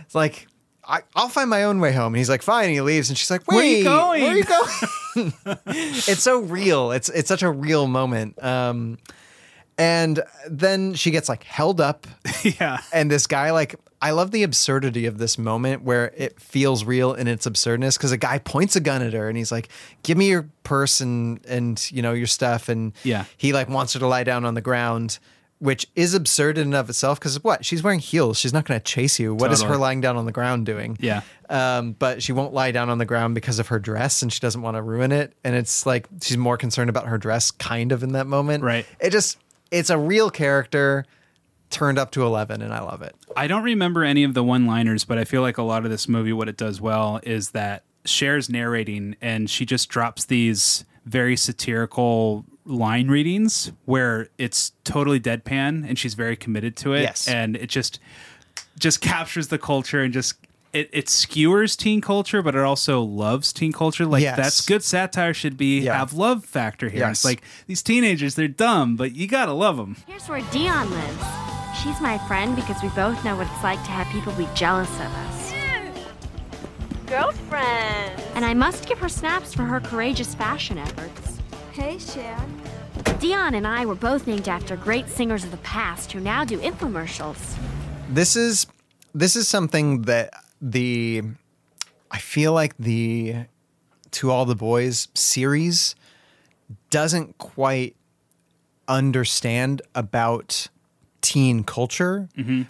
Speaker 2: it's like I, I'll find my own way home. And he's like, fine. And he leaves. And she's like, Wait,
Speaker 3: Where you going?"
Speaker 2: Where are you going? it's so real. It's it's such a real moment. Um, and then she gets like held up
Speaker 3: yeah.
Speaker 2: and this guy like I love the absurdity of this moment where it feels real in its absurdness because a guy points a gun at her and he's like, "Give me your purse and and you know your stuff." And
Speaker 3: Yeah.
Speaker 2: he like wants her to lie down on the ground, which is absurd in and of itself because what she's wearing heels, she's not going to chase you. What is
Speaker 3: Totally.
Speaker 2: her lying down on the ground doing?
Speaker 3: Yeah.
Speaker 2: um, but she won't lie down on the ground because of her dress and she doesn't want to ruin it. And it's like she's more concerned about her dress, kind of in that moment.
Speaker 3: Right.
Speaker 2: It just, it's a real character turned up to 11, and I love it.
Speaker 3: I don't remember any of the one liners, but I feel like a lot of this movie, what it does well is that Cher's narrating and she just drops these very satirical line readings where it's totally deadpan and she's very committed to it.
Speaker 2: Yes.
Speaker 3: And it just just captures the culture and just it, it skewers teen culture, but it also loves teen culture. Like
Speaker 2: Yes.
Speaker 3: that's good satire should be
Speaker 2: Yeah.
Speaker 3: have love factor here. It's
Speaker 2: Yes.
Speaker 3: like these teenagers, they're dumb, but you gotta love them.
Speaker 10: Here's where Dion lives. She's my friend because we both know what it's like to have people be jealous of us.
Speaker 11: Girlfriend.
Speaker 10: And I must give her snaps for her courageous fashion efforts.
Speaker 11: Hey, Cher.
Speaker 10: Dion and I were both named after great singers of the past who now do infomercials.
Speaker 2: This is, this is something that the, I feel like the To All the Boys series doesn't quite understand about teen culture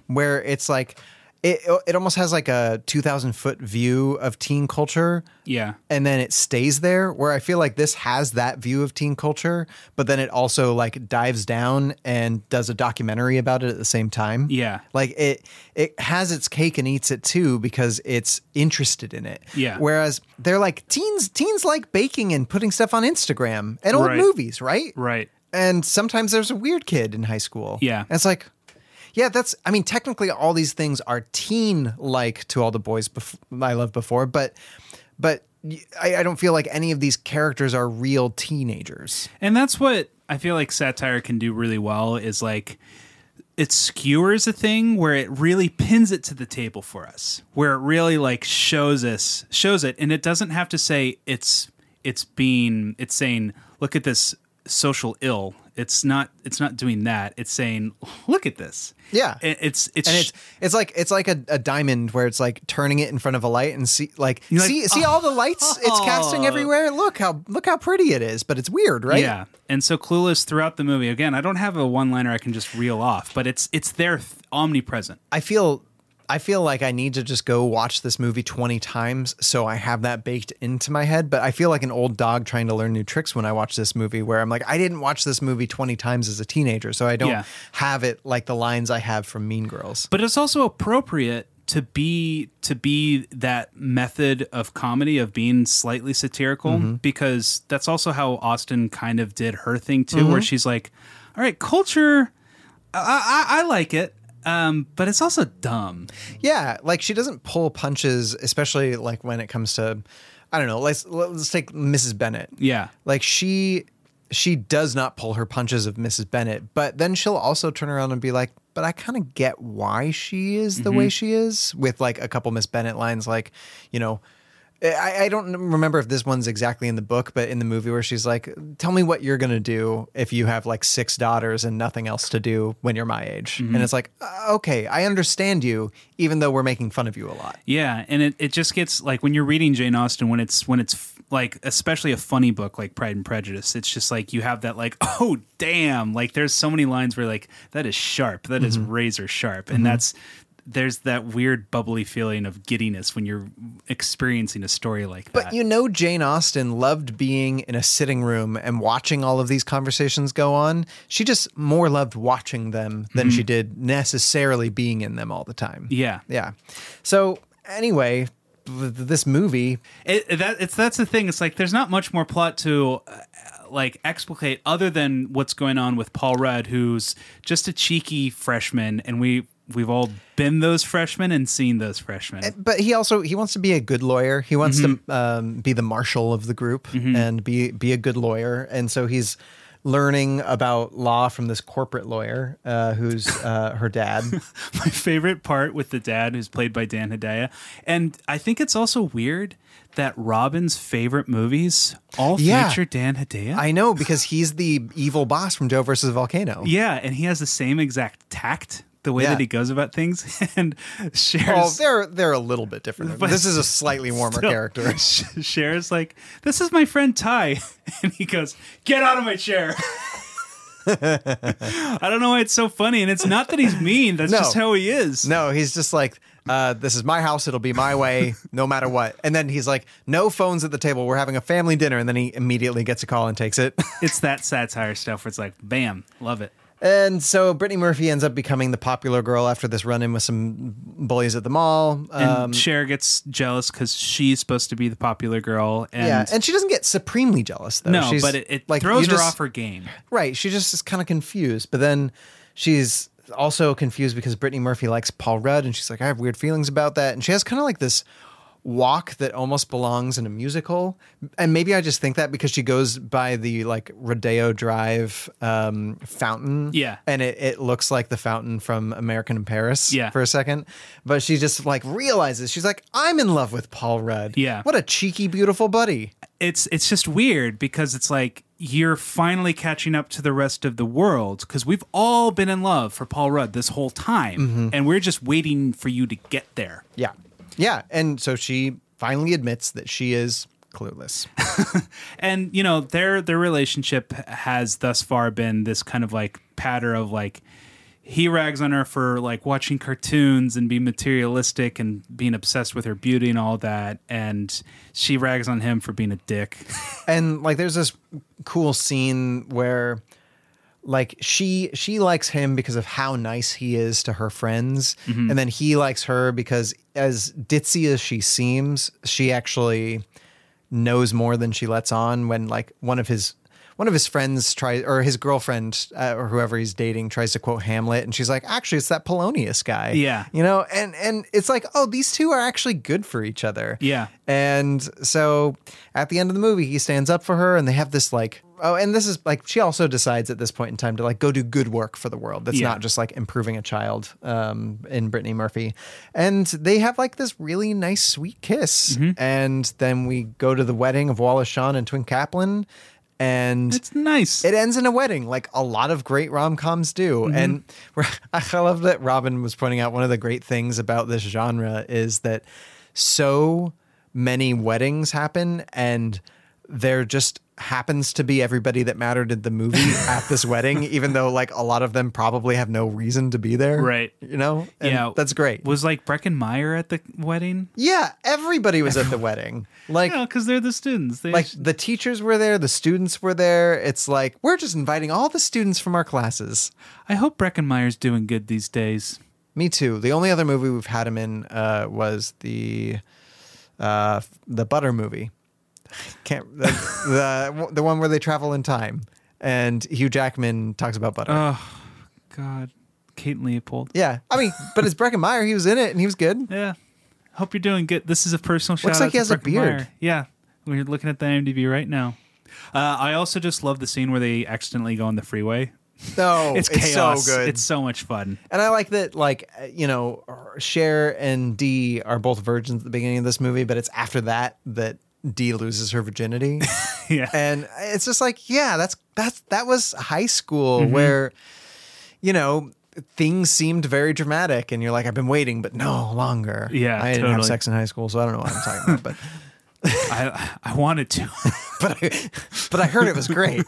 Speaker 2: where it's like it, it almost has like a 2000 foot view of teen culture
Speaker 3: Yeah.
Speaker 2: and then it stays there where i feel like this has that view of teen culture but then it also like dives down and does a documentary about it at the same time
Speaker 3: Yeah.
Speaker 2: like it it has its cake and eats it too because it's interested in it
Speaker 3: Yeah.
Speaker 2: whereas they're like teens teens like baking and putting stuff on instagram and old
Speaker 3: Right.
Speaker 2: movies right
Speaker 3: Right.
Speaker 2: and sometimes there's a weird kid in high school.
Speaker 3: Yeah.
Speaker 2: And it's like, yeah, that's, I mean, technically all these things are teen like to all the boys bef- I loved before, but, but y- I, I don't feel like any of these characters are real teenagers.
Speaker 3: And that's what I feel like satire can do really well is like it skewers a thing where it really pins it to the table for us, where it really like shows us shows it and it doesn't have to say it's it's being it's saying look at this social ill. It's not it's not doing that. It's saying look at this.
Speaker 2: Yeah.
Speaker 3: And it's it's
Speaker 2: and it's it's like it's like a, a diamond where it's like turning it in front of a light and see like,
Speaker 3: You're like,
Speaker 2: see see all the lights it's casting
Speaker 3: "Oh."
Speaker 2: everywhere look how look how pretty it is but it's weird right
Speaker 3: Yeah, and so clueless throughout the movie. Again, I don't have a one-liner I can just reel off, but it's it's there, th- omnipresent.
Speaker 2: I feel I feel like I need to just go watch this movie 20 times so I have that baked into my head, but I feel like an old dog trying to learn new tricks when I watch this movie where I'm like I didn't watch this movie 20 times as a teenager, so I don't
Speaker 3: Yeah.
Speaker 2: have it like the lines I have from Mean Girls.
Speaker 3: but it's also appropriate to be to be that method of comedy of being slightly satirical because that's also how Austin kind of did her thing too, where she's like, "All right, culture, I, I, I like it." Um, but it's also dumb.
Speaker 2: Yeah, like she doesn't pull punches especially like when it comes to I don't know, let's let's take Mrs. Bennett.
Speaker 3: Yeah.
Speaker 2: Like she she does not pull her punches of Mrs. Bennett, but then she'll also turn around and be like, but I kind of get why she is the way she is with like a couple Miss Bennett lines like, you know, I, I don't remember if this one's exactly in the book, but in the movie where she's like, tell me what you're going to do if you have like six daughters and nothing else to do when you're my age. And it's like, uh, okay, I understand you, even though we're making fun of you a lot.
Speaker 3: Yeah, and it, it just gets like when you're reading Jane Austen when it's when it's f- like especially a funny book like Pride and Prejudice, it's just like you have that like oh damn, like there's so many lines where like that is sharp, that is
Speaker 2: Mm-hmm.
Speaker 3: razor sharp, and that's there's that weird bubbly feeling of giddiness when you're experiencing a story like that.
Speaker 2: But you know, Jane Austen loved being in a sitting room and watching all of these conversations go on. She just more loved watching them than she did necessarily being in them all the time.
Speaker 3: yeah,
Speaker 2: Yeah. So, anyway, th- this movie,
Speaker 3: it, it- that it's that's the thing. It's like there's not much more plot to uh, like explicate other than what's going on with Paul Rudd, who's just a cheeky freshman, and we we've all been those freshmen and seen those freshmen.
Speaker 2: but he also he wants to be a good lawyer. He wants to um, be the marshal of the group and be be a good lawyer. And so he's learning about law from this corporate lawyer uh, who's uh, her dad.
Speaker 3: My favorite part with the dad, who's played by Dan Hedaya, and I think it's also weird that Robin's favorite movies all
Speaker 2: Yeah.
Speaker 3: feature Dan Hedaya.
Speaker 2: I know because he's the evil boss from Joe versus Volcano.
Speaker 3: yeah, and he has the same exact tact the way
Speaker 2: Yeah.
Speaker 3: that he goes about things and shares.
Speaker 2: Oh, they're they're a little bit different.
Speaker 3: But
Speaker 2: this is a slightly warmer
Speaker 3: still,
Speaker 2: character.
Speaker 3: Cher's like, "This is my friend Ty," and he goes, "Get out of my chair." I don't know why it's so funny, and it's not that he's mean. That's
Speaker 2: No.
Speaker 3: just how he is.
Speaker 2: No, he's just like, uh, this is my house. It'll be my way, no matter what. And then he's like, no phones at the table. We're having a family dinner. And then he immediately gets a call and takes it.
Speaker 3: It's that satire stuff where it's like, "Bam, love it."
Speaker 2: and so Brittany Murphy ends up becoming the popular girl after this run in with some bullies at the mall.
Speaker 3: And
Speaker 2: Um,
Speaker 3: Cher gets jealous because she's supposed to be the popular girl, and,
Speaker 2: yeah, and she doesn't get supremely jealous though.
Speaker 3: no,
Speaker 2: She's,
Speaker 3: but it, it
Speaker 2: like,
Speaker 3: throws
Speaker 2: you
Speaker 3: her
Speaker 2: just-
Speaker 3: off her game.
Speaker 2: Right. She just is kind of confused. But then she's also confused because Brittany Murphy likes Paul Rudd and she's like, I have weird feelings about that. And she has kind of like this walk that almost belongs in a musical. And maybe I just think that because she goes by the like Rodeo Drive um, fountain.
Speaker 3: Yeah.
Speaker 2: And it, it looks like the fountain from American in Paris
Speaker 3: Yeah.
Speaker 2: for a second. But she just like realizes she's like, I'm in love with Paul Rudd.
Speaker 3: Yeah.
Speaker 2: What a cheeky, beautiful buddy.
Speaker 3: it's it's just weird because it's like you're finally catching up to the rest of the world because we've all been in love for Paul Rudd this whole time,
Speaker 2: Mm-hmm.
Speaker 3: and we're just waiting for you to get there.
Speaker 2: Yeah. Yeah. And so she finally admits that she is clueless.
Speaker 3: And you know their their relationship has thus far been this kind of like patter of like he rags on her for like watching cartoons and being materialistic and being obsessed with her beauty and all that, and she rags on him for being a dick.
Speaker 2: and like there's this cool scene where like she she likes him because of how nice he is to her friends
Speaker 3: Mm-hmm.
Speaker 2: and then he likes her because as ditzy as she seems she actually knows more than she lets on when like one of his one of his friends tries or his girlfriend uh, or whoever he's dating tries to quote hamlet and she's like actually it's that polonius guy
Speaker 3: Yeah.
Speaker 2: you know and and it's like oh these two are actually good for each other
Speaker 3: Yeah.
Speaker 2: and so at the end of the movie, he stands up for her and they have this like, oh, and this is like, she also decides at this point in time to like go do good work for the world. That's
Speaker 3: Yeah.
Speaker 2: not just like improving a child um, in Brittany Murphy. And they have like this really nice, sweet kiss. And then we go to the wedding of Wallace Shawn and Twin Kaplan. And
Speaker 3: It's nice.
Speaker 2: it ends in a wedding, like a lot of great rom coms do.
Speaker 3: Mm-hmm.
Speaker 2: And we're, I love that Robin was pointing out one of the great things about this genre is that so many weddings happen, and there just happens to be everybody that mattered in the movie at this wedding, even though like a lot of them probably have no reason to be there.
Speaker 3: Right.
Speaker 2: You know? And
Speaker 3: yeah,
Speaker 2: That's great.
Speaker 3: Was like Breckin Meyer at the wedding?
Speaker 2: yeah. Everybody was at the wedding. Like,
Speaker 3: Yeah, because they're the students. They
Speaker 2: like the teachers were there, the students were there. It's like we're just inviting all the students from our classes.
Speaker 3: I hope Breckenmeyer's doing good these days.
Speaker 2: Me too. The only other movie we've had him in uh, was the uh, f- the Butter movie. Can't the, the the one where they travel in time and Hugh Jackman talks about butter.
Speaker 3: Uh. God, Kate and Leopold.
Speaker 2: yeah, I mean, but it's Breckin Meyer. He was in it and he was good.
Speaker 3: Yeah. Hope you're doing good. This is a personal shout
Speaker 2: Looks
Speaker 3: out
Speaker 2: like he
Speaker 3: to
Speaker 2: has a
Speaker 3: Breckin
Speaker 2: beard.
Speaker 3: Meyer. Yeah. We're looking at the IMDb right now. Uh, I also just love the scene where they accidentally go on the freeway.
Speaker 2: No,
Speaker 3: It's chaos.
Speaker 2: Oh, so good.
Speaker 3: It's so much fun.
Speaker 2: And I like that, like uh, you know, Cher and Dee are both virgins at the beginning of this movie, but it's after that that Dee loses her virginity,
Speaker 3: Yeah.
Speaker 2: and it's just like, yeah, that's that's that was high school
Speaker 3: Mm-hmm.
Speaker 2: where, you know, things seemed very dramatic, and you're like, I've been waiting, but no longer.
Speaker 3: Yeah,
Speaker 2: I didn't have
Speaker 3: totally.
Speaker 2: sex in high school, so I don't know what I'm talking about, but
Speaker 3: I I wanted to.
Speaker 2: but I, but I heard it was great.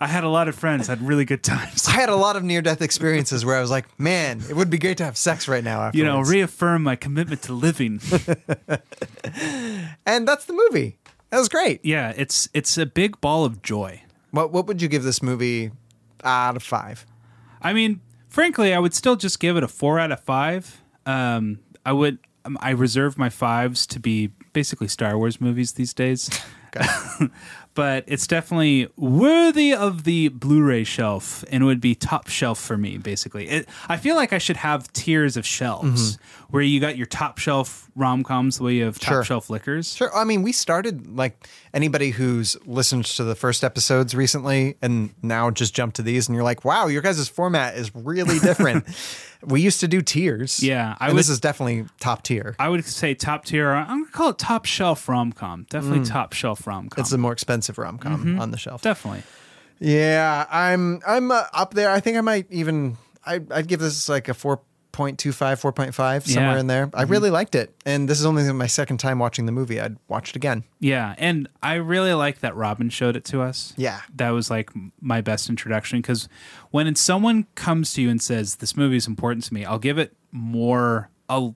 Speaker 3: I had a lot of friends, had really good times.
Speaker 2: I had a lot of near death experiences where I was like, man, it would be great to have sex right now. Afterwards.
Speaker 3: You know, reaffirm my commitment to living.
Speaker 2: and that's the movie. That was great.
Speaker 3: yeah, it's it's a big ball of joy.
Speaker 2: What what would you give this movie out of five?
Speaker 3: I mean, frankly, I would still just give it a four out of five. Um, I would. Um, I reserve my fives to be basically Star Wars movies these days. but it's definitely worthy of the Blu-ray shelf, and would be top shelf for me. Basically, it, I feel like I should have tiers of shelves where you got your top shelf rom coms, the way you have top
Speaker 2: Mm-hmm. Sure.
Speaker 3: shelf liquors.
Speaker 2: Sure. I mean, we started like anybody who's listened to the first episodes recently and now just jumped to these, and you're like, wow, your guys' format is really different. we used to do tiers.
Speaker 3: Yeah, I
Speaker 2: and this
Speaker 3: would-
Speaker 2: is definitely top tier.
Speaker 3: I would say top tier. I'm gonna call it top shelf rom com. Definitely top shelf rom
Speaker 2: Mm.
Speaker 3: com.
Speaker 2: it's a more expensive rom
Speaker 3: Mm-hmm.
Speaker 2: com on the shelf.
Speaker 3: Definitely.
Speaker 2: Yeah, I'm I'm uh, up there. I think I might even. I, I'd give this like a 4.25, 4.5, somewhere
Speaker 3: Yeah. Mm-hmm.
Speaker 2: in there. I really liked it. And this is only my second time watching the movie. I'd watch it again.
Speaker 3: Yeah, and I really like that Robin showed it to us.
Speaker 2: Yeah.
Speaker 3: That was like m- my best introduction because when it's- someone comes to you and says, This movie is important to me, I'll give it more, I'll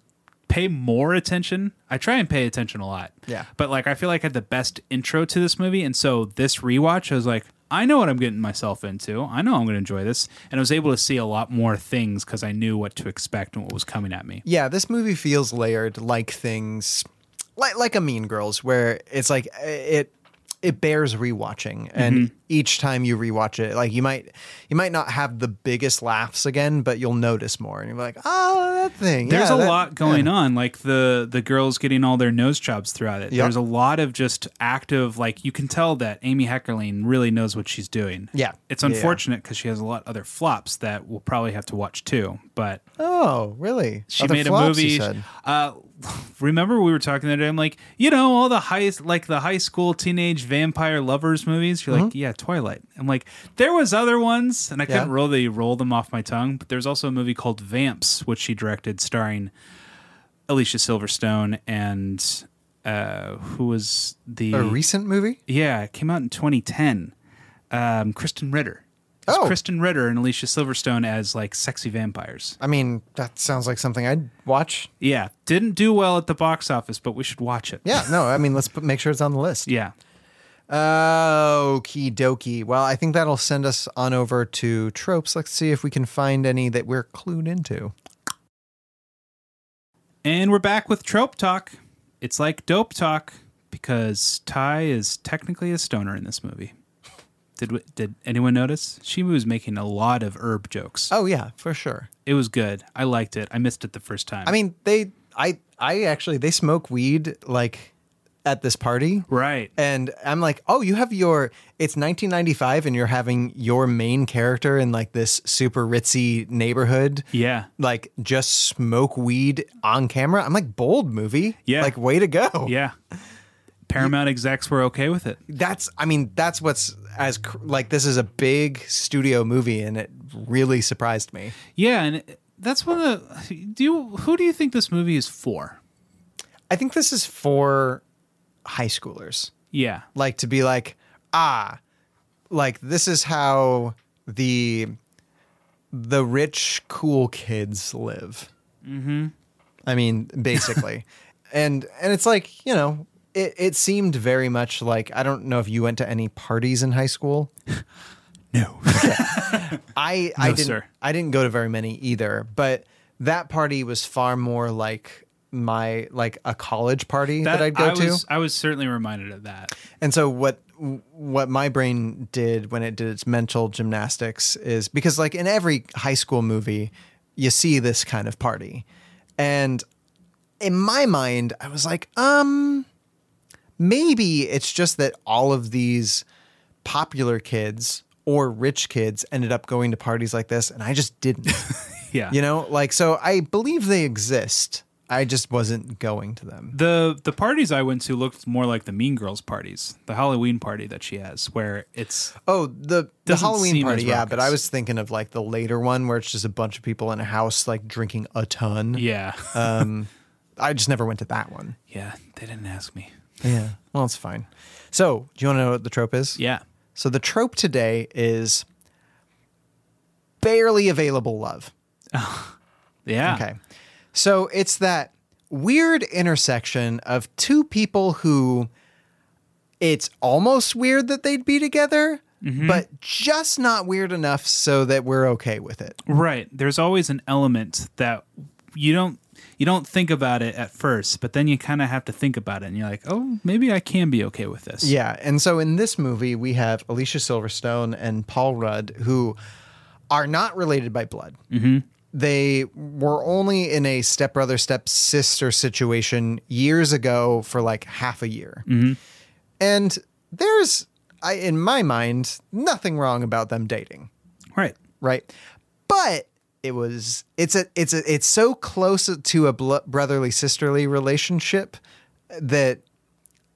Speaker 3: pay more attention. I try and pay attention a lot.
Speaker 2: Yeah.
Speaker 3: But like, I feel like I had the best intro to this movie. And so this rewatch, I was like, I know what I'm getting myself into. I know I'm going to enjoy this. And I was able to see a lot more things because I knew what to expect and what was coming at me.
Speaker 2: Yeah, this movie feels layered, like things, like like a Mean Girls, where it's like uh, it it bears rewatching, and
Speaker 3: Mm-hmm.
Speaker 2: each time you rewatch it, like you might you might not have the biggest laughs again, but you'll notice more, and you're like, oh, that thing.
Speaker 3: There's
Speaker 2: yeah,
Speaker 3: a
Speaker 2: that-
Speaker 3: lot going on, like the the girls getting all their nose jobs throughout it.
Speaker 2: Yep.
Speaker 3: There's a lot of just active, like you can tell that Amy Heckerling really knows what she's doing.
Speaker 2: Yeah.
Speaker 3: it's
Speaker 2: Yeah, yeah.
Speaker 3: unfortunate because she has a lot other flops that we'll probably have to watch too. But
Speaker 2: Oh, really?
Speaker 3: she
Speaker 2: Other
Speaker 3: made
Speaker 2: flops,
Speaker 3: a movie.
Speaker 2: You said.
Speaker 3: Uh, remember we were talking the other day. I'm like, you know, all the high like the high school teenage vampire lovers movies. You're like, yeah, Twilight. I'm like, there was other ones, and I couldn't
Speaker 2: Mm-hmm. Yeah.
Speaker 3: roll the roll them off my tongue. But there's also a movie called Vamps, which she directed, starring Alicia Silverstone and uh, who was the
Speaker 2: A recent movie?
Speaker 3: yeah, it came out in 2010. Um, Kristen Ritter. It's
Speaker 2: Oh.
Speaker 3: Kristen Ritter and Alicia Silverstone as like sexy vampires.
Speaker 2: I mean, that sounds like something I'd watch.
Speaker 3: Yeah, didn't do well at the box office, but we should watch it.
Speaker 2: Yeah, no, I mean, let's put, make sure it's on the list.
Speaker 3: yeah.
Speaker 2: Okie dokie. Well, I think that'll send us on over to tropes. Let's see if we can find any that we're clued into.
Speaker 3: And we're back with trope talk. It's like dope talk because Ty is technically a stoner in this movie. Did we, did anyone notice? She was making a lot of herb jokes.
Speaker 2: Oh yeah, for sure.
Speaker 3: It was good. I liked it. I missed it the first time.
Speaker 2: I mean, they I I actually they smoke weed like at this party.
Speaker 3: right.
Speaker 2: And I'm like, "Oh, you have your it's 1995 and you're having your main character in like this super ritzy neighborhood."
Speaker 3: Yeah.
Speaker 2: Like just smoke weed on camera. I'm like, "Bold movie."
Speaker 3: Yeah.
Speaker 2: Like way to go.
Speaker 3: Yeah. Paramount execs were okay with it.
Speaker 2: that's I mean that's what's as cr- like this is a big studio movie and it really surprised me.
Speaker 3: Yeah, and that's one of the do you who do you think this movie is for?
Speaker 2: I think this is for high schoolers
Speaker 3: Yeah.
Speaker 2: like to be like ah like this is how the the rich cool kids live. Mm-hmm. I mean basically. and and it's like, you know, it, it seemed very much like I don't know if you went to any parties in high school.
Speaker 3: No.
Speaker 2: I I
Speaker 3: No,
Speaker 2: didn't
Speaker 3: sir.
Speaker 2: I didn't go to very many either, but that party was far more like my like a college party that, I'd go
Speaker 3: I was,
Speaker 2: to.
Speaker 3: I was certainly reminded of that.
Speaker 2: And so what what my brain did when it did its mental gymnastics is because like in every high school movie you see this kind of party. And in my mind I was like, um maybe it's just that all of these popular kids or rich kids ended up going to parties like this and I just didn't.
Speaker 3: Yeah.
Speaker 2: You know, like so I believe they exist. I just wasn't going to them.
Speaker 3: the the parties I went to looked more like the Mean Girls parties, the Halloween party that she has, where it's
Speaker 2: Oh, the the
Speaker 3: Doesn't
Speaker 2: Halloween
Speaker 3: seem
Speaker 2: party,
Speaker 3: as
Speaker 2: yeah, but
Speaker 3: raucous.
Speaker 2: I was thinking of like the later one where it's just a bunch of people in a house like drinking a ton.
Speaker 3: yeah,
Speaker 2: Uh, I just never went to that one.
Speaker 3: yeah. They didn't ask me.
Speaker 2: Yeah. Well, it's fine. So, do you want to know what the trope is?
Speaker 3: Yeah,
Speaker 2: So the trope today is barely available love.
Speaker 3: yeah.
Speaker 2: Okay. So it's that weird intersection of two people who it's almost weird that they'd be together,
Speaker 3: Mm-hmm.
Speaker 2: but just not weird enough so that we're okay with it.
Speaker 3: Right. There's always an element that you don't you don't think about it at first, but then you kind of have to think about it, and you're like, oh, maybe I can be okay with this.
Speaker 2: Yeah, and so in this movie we have Alicia Silverstone and Paul Rudd, who are not related by blood. Mm-hmm. They were only in a stepbrother stepsister situation years ago for like half a year, and there's, I, in my mind, nothing wrong about them dating
Speaker 3: Right.
Speaker 2: right? But it was it's a it's a it's so close to a bl- brotherly sisterly relationship that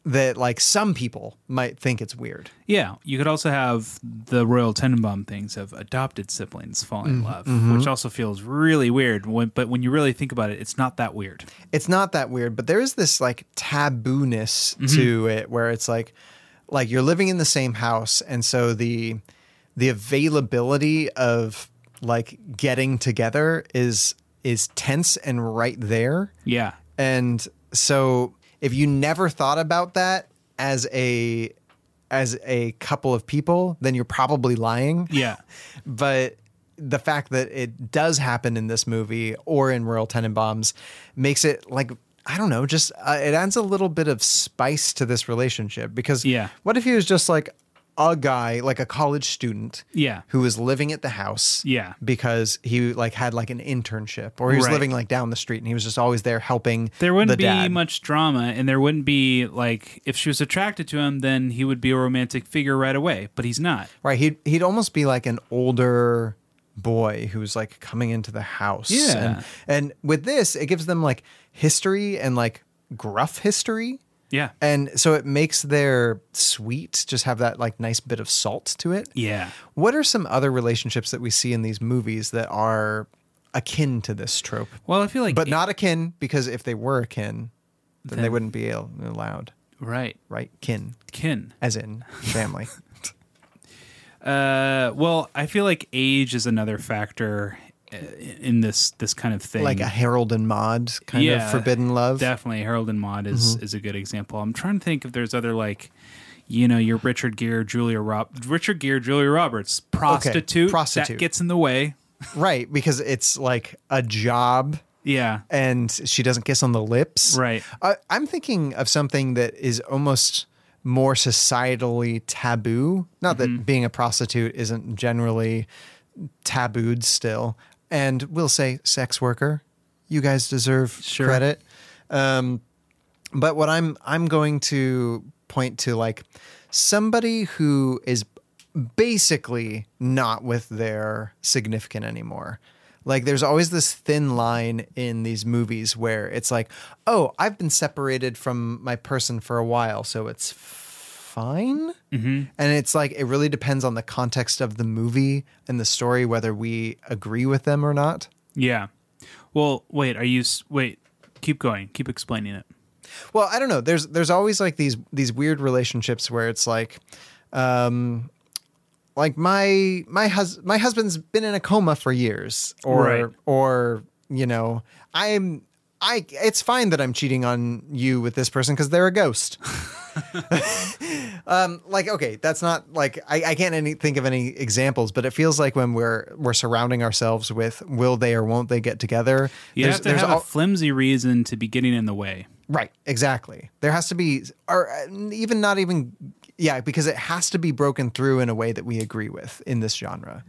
Speaker 2: that like some people might think it's weird.
Speaker 3: Yeah, you could also have the Royal Tenenbaum things of adopted siblings falling
Speaker 2: Mm-hmm.
Speaker 3: in love, which also feels really weird. When, but when you really think about it, it's not that weird.
Speaker 2: It's not that weird, but there is this like taboo-ness to it where it's like like you're living in the same house and so the the availability of like getting together is is tense and right there.
Speaker 3: Yeah,
Speaker 2: And so if you never thought about that as a as a couple of people, then you're probably lying.
Speaker 3: yeah,
Speaker 2: But the fact that it does happen in this movie or in Royal Tenenbaums makes it like I don't know, just uh, it adds a little bit of spice to this relationship because
Speaker 3: Yeah.
Speaker 2: what if he was just like a guy, like a college student,
Speaker 3: Yeah.
Speaker 2: who was living at the house,
Speaker 3: Yeah.
Speaker 2: because he like had like an internship or he was
Speaker 3: Right.
Speaker 2: living like down the street and he was just always there helping.
Speaker 3: there wouldn't
Speaker 2: the
Speaker 3: be
Speaker 2: dad.
Speaker 3: much drama, and there wouldn't be like if she was attracted to him, then he would be a romantic figure right away. But he's not.
Speaker 2: Right. He'd he'd almost be like an older boy who's like coming into the house.
Speaker 3: Yeah.
Speaker 2: And, and with this, it gives them like history and like gruff history.
Speaker 3: Yeah,
Speaker 2: And so it makes their sweet just have that like nice bit of salt to it.
Speaker 3: yeah.
Speaker 2: What are some other relationships that we see in these movies that are akin to this trope?
Speaker 3: Well, I feel like,
Speaker 2: But not akin because if they were akin, then, they wouldn't be al- allowed,
Speaker 3: right.
Speaker 2: right? Kin,
Speaker 3: Kin.
Speaker 2: as in family.
Speaker 3: Uh, well, I feel like age is another factor uh, in this this kind of thing.
Speaker 2: like a Harold and Maude kind of forbidden love. Mm-hmm.
Speaker 3: Definitely, Harold and Maude is is a good example. I'm trying to think if there's other like, you know, your Richard Gere, Julia Rob, Richard Gere, Julia Roberts, prostitute,
Speaker 2: prostitute.
Speaker 3: that gets in the way.
Speaker 2: Right, because it's like a job
Speaker 3: Yeah,
Speaker 2: and she doesn't kiss on the lips.
Speaker 3: Right.
Speaker 2: I, I'm thinking of something that is almost more societally taboo. Not
Speaker 3: Mm-hmm.
Speaker 2: that being a prostitute isn't generally tabooed still. And we'll say sex worker. You guys deserve
Speaker 3: Sure.
Speaker 2: credit. Um, but what I'm I'm going to point to like somebody who is basically not with their significant anymore. Like there's always this thin line in these movies where it's like, "Oh, I've been separated from my person for a while, so it's fine." And it's like it really depends on the context of the movie and the story whether we agree with them or not.
Speaker 3: yeah. Well, wait, are you s- wait? Keep going. Keep explaining it.
Speaker 2: Well, I don't know. There's there's always like these these weird relationships where it's like, um, like my my hus my husband's been in a coma for years, or
Speaker 3: Right.
Speaker 2: or you know I'm I it's fine that I'm cheating on you with this person because they're a ghost. um, like okay, that's not like I, I can't any, think of any examples, but it feels like when we're we're surrounding ourselves with will they or won't they get together.
Speaker 3: You have to have a
Speaker 2: al-
Speaker 3: flimsy reason to be getting in the way.
Speaker 2: Right, exactly. There has to be, or uh, even not even, yeah, because it has to be broken through in a way that we agree with in this genre.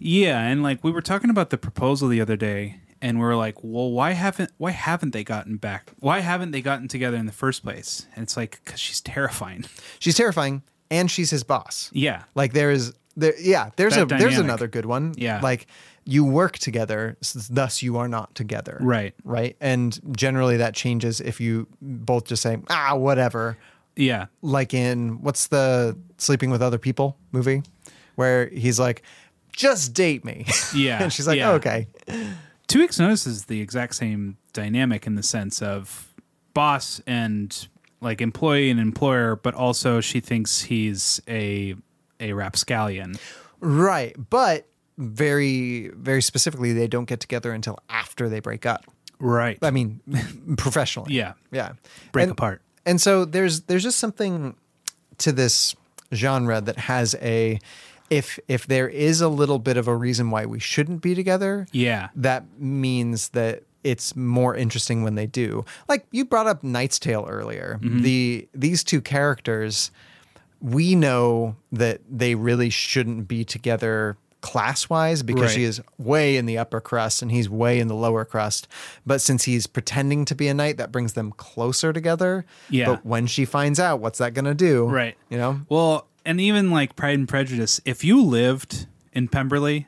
Speaker 3: Yeah, and like we were talking about the proposal the other day, and we were like, well, why haven't why haven't they gotten back? Why haven't they gotten together in the first place? And it's like because she's terrifying.
Speaker 2: She's terrifying, and she's his boss.
Speaker 3: Yeah,
Speaker 2: Like there is, there, yeah, there's
Speaker 3: That
Speaker 2: a
Speaker 3: dynamic.
Speaker 2: there's another good one.
Speaker 3: Yeah.
Speaker 2: like you work together, s- thus you are not together.
Speaker 3: Right.
Speaker 2: right, and generally that changes if you both just say ah whatever.
Speaker 3: yeah,
Speaker 2: Like in what's the Sleeping with Other People movie, where he's like, just date me.
Speaker 3: yeah.
Speaker 2: and she's like,
Speaker 3: yeah.
Speaker 2: okay.
Speaker 3: Two weeks notice is the exact same dynamic in the sense of boss and like employee and employer, but also she thinks he's a a rapscallion.
Speaker 2: Right. But very, very specifically, they don't get together until after they break up.
Speaker 3: Right.
Speaker 2: I mean, professionally.
Speaker 3: Yeah.
Speaker 2: Yeah.
Speaker 3: Break
Speaker 2: And-
Speaker 3: apart.
Speaker 2: And so there's there's just something to this genre that has a if if there is a little bit of a reason why we shouldn't be together,
Speaker 3: Yeah.
Speaker 2: that means that it's more interesting when they do. Like you brought up Knight's Tale earlier.
Speaker 3: Mm-hmm.
Speaker 2: The these two characters, we know that they really shouldn't be together class wise because
Speaker 3: Right.
Speaker 2: she is way in the upper crust and he's way in the lower crust. But since he's pretending to be a knight, that brings them closer together.
Speaker 3: Yeah.
Speaker 2: But when she finds out, what's that gonna do?
Speaker 3: Right.
Speaker 2: You know?
Speaker 3: Well, and even like Pride and Prejudice, if you lived in Pemberley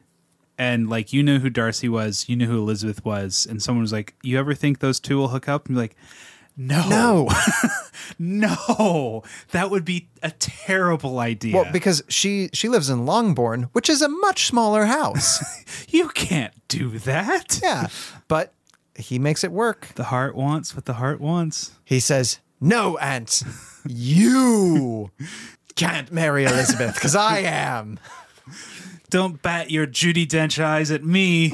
Speaker 3: and like you knew who Darcy was, you knew who Elizabeth was, and someone was like, You ever think those two will hook up? And you're like, No.
Speaker 2: No.
Speaker 3: No. That would be a terrible idea.
Speaker 2: Well, because she she lives in Longbourn, which is a much smaller house.
Speaker 3: you can't do that.
Speaker 2: yeah, but he makes it work.
Speaker 3: The heart wants what the heart wants.
Speaker 2: He says, "No, aunt, you can't marry Elizabeth because I am."
Speaker 3: Don't bat your Judy Dench eyes at me.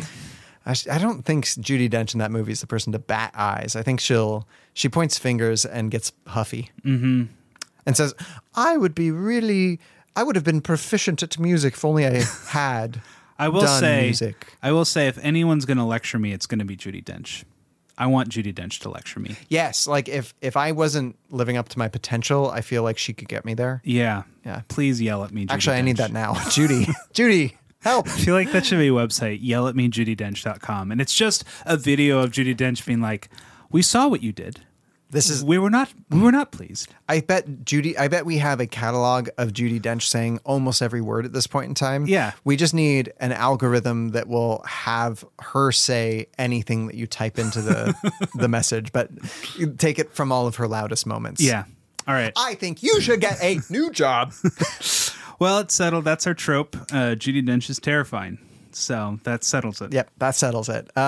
Speaker 2: I, sh- I don't think Judy Dench in that movie is the person to bat eyes. I think she'll she points fingers and gets huffy mm-hmm. and says, "I would be really." I would have been proficient at music if only I had
Speaker 3: I will
Speaker 2: done
Speaker 3: say
Speaker 2: music.
Speaker 3: I will say if anyone's going to lecture me, it's going to be Judy Dench. I want Judy Dench to lecture me.
Speaker 2: Yes, like if if I wasn't living up to my potential, I feel like she could get me there.
Speaker 3: Yeah.
Speaker 2: Yeah.
Speaker 3: Please yell at me. Judi
Speaker 2: Actually, I need
Speaker 3: Dench.
Speaker 2: that now. Judy, Judy, help.
Speaker 3: I feel like that should be a website, yell at me judydench.com. And it's just a video of Judy Dench being like, We saw what you did.
Speaker 2: This is
Speaker 3: We were not we were not pleased.
Speaker 2: I bet Judy I bet we have a catalog of Judy Dench saying almost every word at this point in time.
Speaker 3: Yeah.
Speaker 2: We just need an algorithm that will have her say anything that you type into the the message, but you take it from all of her loudest moments.
Speaker 3: Yeah. All right.
Speaker 2: I think you should get a new job.
Speaker 3: Well, it's settled. That's our trope. Uh, Judy Dench is terrifying. So that settles it.
Speaker 2: Yep, that settles it. Uh,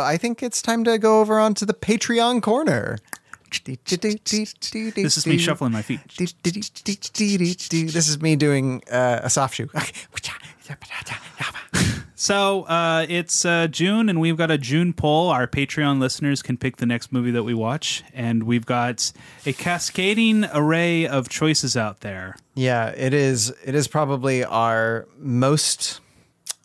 Speaker 2: I think it's time to go over onto the Patreon corner.
Speaker 3: This
Speaker 2: This
Speaker 3: is me shuffling my feet.
Speaker 2: This is me doing uh, a soft shoe.
Speaker 3: So uh, it's uh, June, and we've got a June poll. Our Patreon listeners can pick the next movie that we watch, and we've got a cascading array of choices out there.
Speaker 2: Yeah, it is. It is probably our most.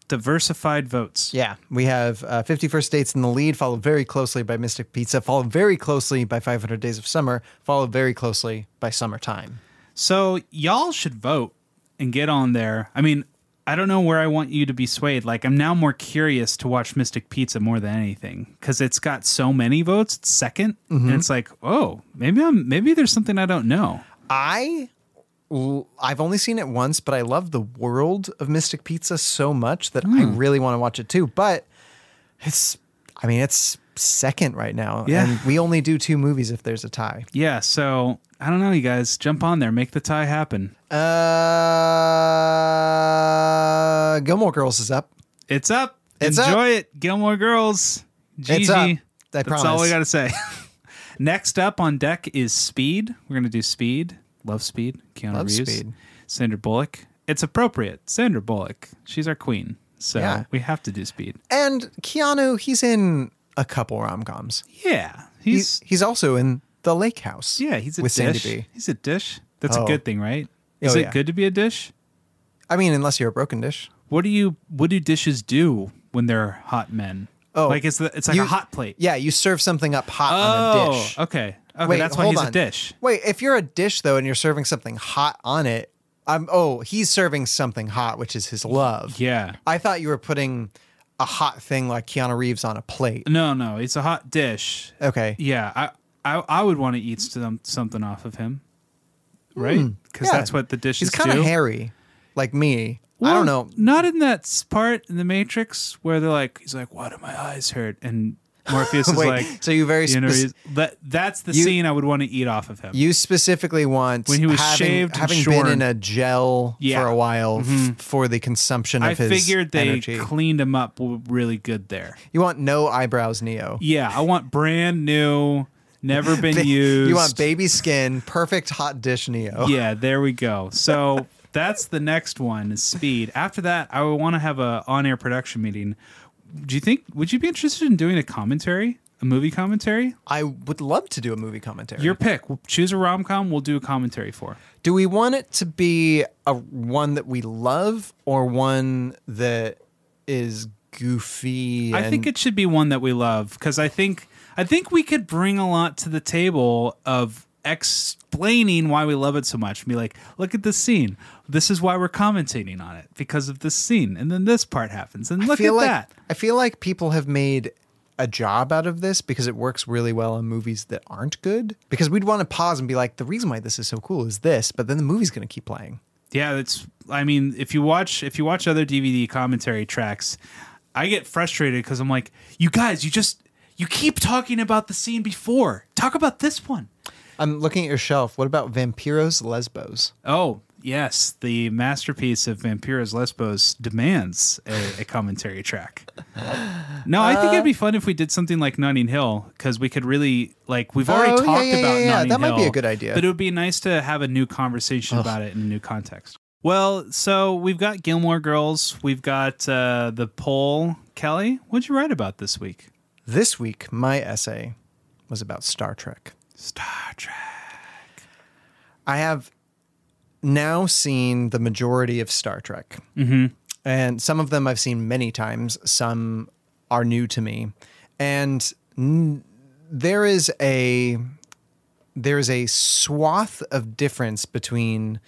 Speaker 3: Diversified votes.
Speaker 2: Yeah, we have uh, 51st Dates in the lead, followed very closely by Mystic Pizza, followed very closely by 500 Days of Summer, followed very closely by Summertime.
Speaker 3: So y'all should vote and get on there. I mean, I don't know where I want you to be swayed. Like, I'm now more curious to watch Mystic Pizza more than anything because it's got so many votes. It's 2nd and it's like, oh, maybe I'm maybe there's something I don't know.
Speaker 2: I l- I've only seen it once, but I love the world of Mystic Pizza so much that
Speaker 3: Hmm.
Speaker 2: I really want to watch it too. But it's I mean it's second right now,
Speaker 3: Yeah.
Speaker 2: and we only do two movies if there's a tie.
Speaker 3: Yeah. So I don't know, you guys, jump on there, make the tie happen.
Speaker 2: Uh, Gilmore Girls is up.
Speaker 3: It's up.
Speaker 2: It's up.
Speaker 3: Enjoy it, Gilmore Girls. Gigi.
Speaker 2: It's up. I
Speaker 3: That's all
Speaker 2: promise.
Speaker 3: we got to say. Next up on deck is Speed. We're going to do Speed. Love Speed. Keanu
Speaker 2: Love
Speaker 3: Reeves.
Speaker 2: Speed.
Speaker 3: Sandra Bullock. It's appropriate. Sandra Bullock. She's our queen. So
Speaker 2: Yeah.
Speaker 3: we have to do Speed.
Speaker 2: And Keanu, he's in a couple rom coms.
Speaker 3: Yeah.
Speaker 2: He's
Speaker 3: He's,
Speaker 2: he's also in The Lake House.
Speaker 3: yeah, he's a
Speaker 2: with
Speaker 3: dish.
Speaker 2: Sandy B.
Speaker 3: He's a dish. That's a
Speaker 2: Oh.
Speaker 3: good thing, right?
Speaker 2: Oh,
Speaker 3: Is it
Speaker 2: yeah.
Speaker 3: good to be a dish?
Speaker 2: I mean, unless you're a broken dish.
Speaker 3: What do you what do dishes do when they're hot men?
Speaker 2: Oh,
Speaker 3: like it's the, it's like
Speaker 2: You-
Speaker 3: a hot plate.
Speaker 2: Yeah, you serve something up hot
Speaker 3: oh,
Speaker 2: on a dish.
Speaker 3: okay. Okay, that's why
Speaker 2: hold
Speaker 3: he's a
Speaker 2: on.
Speaker 3: dish.
Speaker 2: Wait, if you're a dish though, and you're serving something hot on it, I'm oh, he's serving something hot, which is his love.
Speaker 3: Yeah.
Speaker 2: I thought you were putting a hot thing like Keanu Reeves on a plate.
Speaker 3: No, no, it's a hot dish.
Speaker 2: Okay,
Speaker 3: Yeah, I I, I would want to eat some, something off of him, right? Because
Speaker 2: Hmm. Yeah.
Speaker 3: that's what the
Speaker 2: he's
Speaker 3: dishes
Speaker 2: kind
Speaker 3: do.
Speaker 2: of hairy, like me. I don't
Speaker 3: Well,
Speaker 2: know.
Speaker 3: Not in that s- part in the Matrix where they're like, he's like, "Why do my eyes hurt?" And Morpheus is
Speaker 2: Wait,
Speaker 3: like,
Speaker 2: so you very
Speaker 3: you know,
Speaker 2: spec-
Speaker 3: he's- that that's the
Speaker 2: You-
Speaker 3: scene I would want to eat off of him.
Speaker 2: You specifically want
Speaker 3: When he was
Speaker 2: having,
Speaker 3: shaved and
Speaker 2: having
Speaker 3: shorn.
Speaker 2: been in a gel
Speaker 3: Yeah. Mm-hmm.
Speaker 2: for a while f- for the consumption of
Speaker 3: I
Speaker 2: his
Speaker 3: figured they
Speaker 2: energy.
Speaker 3: cleaned him up w- really good there.
Speaker 2: you want no eyebrows, Neo.
Speaker 3: Yeah, I want brand new, never been
Speaker 2: Ba-
Speaker 3: used.
Speaker 2: You want baby skin, perfect hot dish, Neo.
Speaker 3: yeah, there we go. So that's the next one is speed. After that, I would want to have a on-air production meeting. Do you think would you be interested in doing a commentary, a movie commentary?
Speaker 2: I would love to do a movie commentary.
Speaker 3: Your pick. We'll choose a rom-com. We'll do a commentary for.
Speaker 2: Do we want it to be a one that we love or one that is goofy?
Speaker 3: I think
Speaker 2: and-
Speaker 3: it should be one that we love because I think I think we could bring a lot to the table of explaining why we love it so much and be like, look at this scene. This is why we're commentating on it because of this scene, and then this part happens, and
Speaker 2: I
Speaker 3: look
Speaker 2: feel
Speaker 3: at
Speaker 2: like
Speaker 3: that.
Speaker 2: I feel like people have made a job out of this because it works really well in movies that aren't good. Because we'd want to pause and be like, the reason why this is so cool is this, but then the movie's going to keep playing.
Speaker 3: Yeah, that's. I mean, if you watch if you watch other DVD commentary tracks, I get frustrated because I'm like, you guys, you just You keep talking about the scene before. Talk about this one.
Speaker 2: I'm looking at your shelf. What about Vampiros Lesbos?
Speaker 3: Oh, yes. The masterpiece of Vampiros Lesbos demands a, a commentary track. No, I think it'd be fun if we did something like Notting Hill because we could really, like, we've already
Speaker 2: Oh, yeah,
Speaker 3: talked
Speaker 2: yeah,
Speaker 3: about
Speaker 2: yeah, yeah.
Speaker 3: Notting
Speaker 2: That might be
Speaker 3: Hill,
Speaker 2: a good idea.
Speaker 3: But it would be nice to have a new conversation about it in a new context. Well, so we've got Gilmore Girls. We've got uh, the poll. Kelly, what'd you write about this week?
Speaker 2: This week, my essay was about Star Trek.
Speaker 3: Star Trek.
Speaker 2: I have now seen the majority of Star Trek. Mm-hmm. And some of them I've seen many times, some are new to me. And n- there is a there is a swath of difference between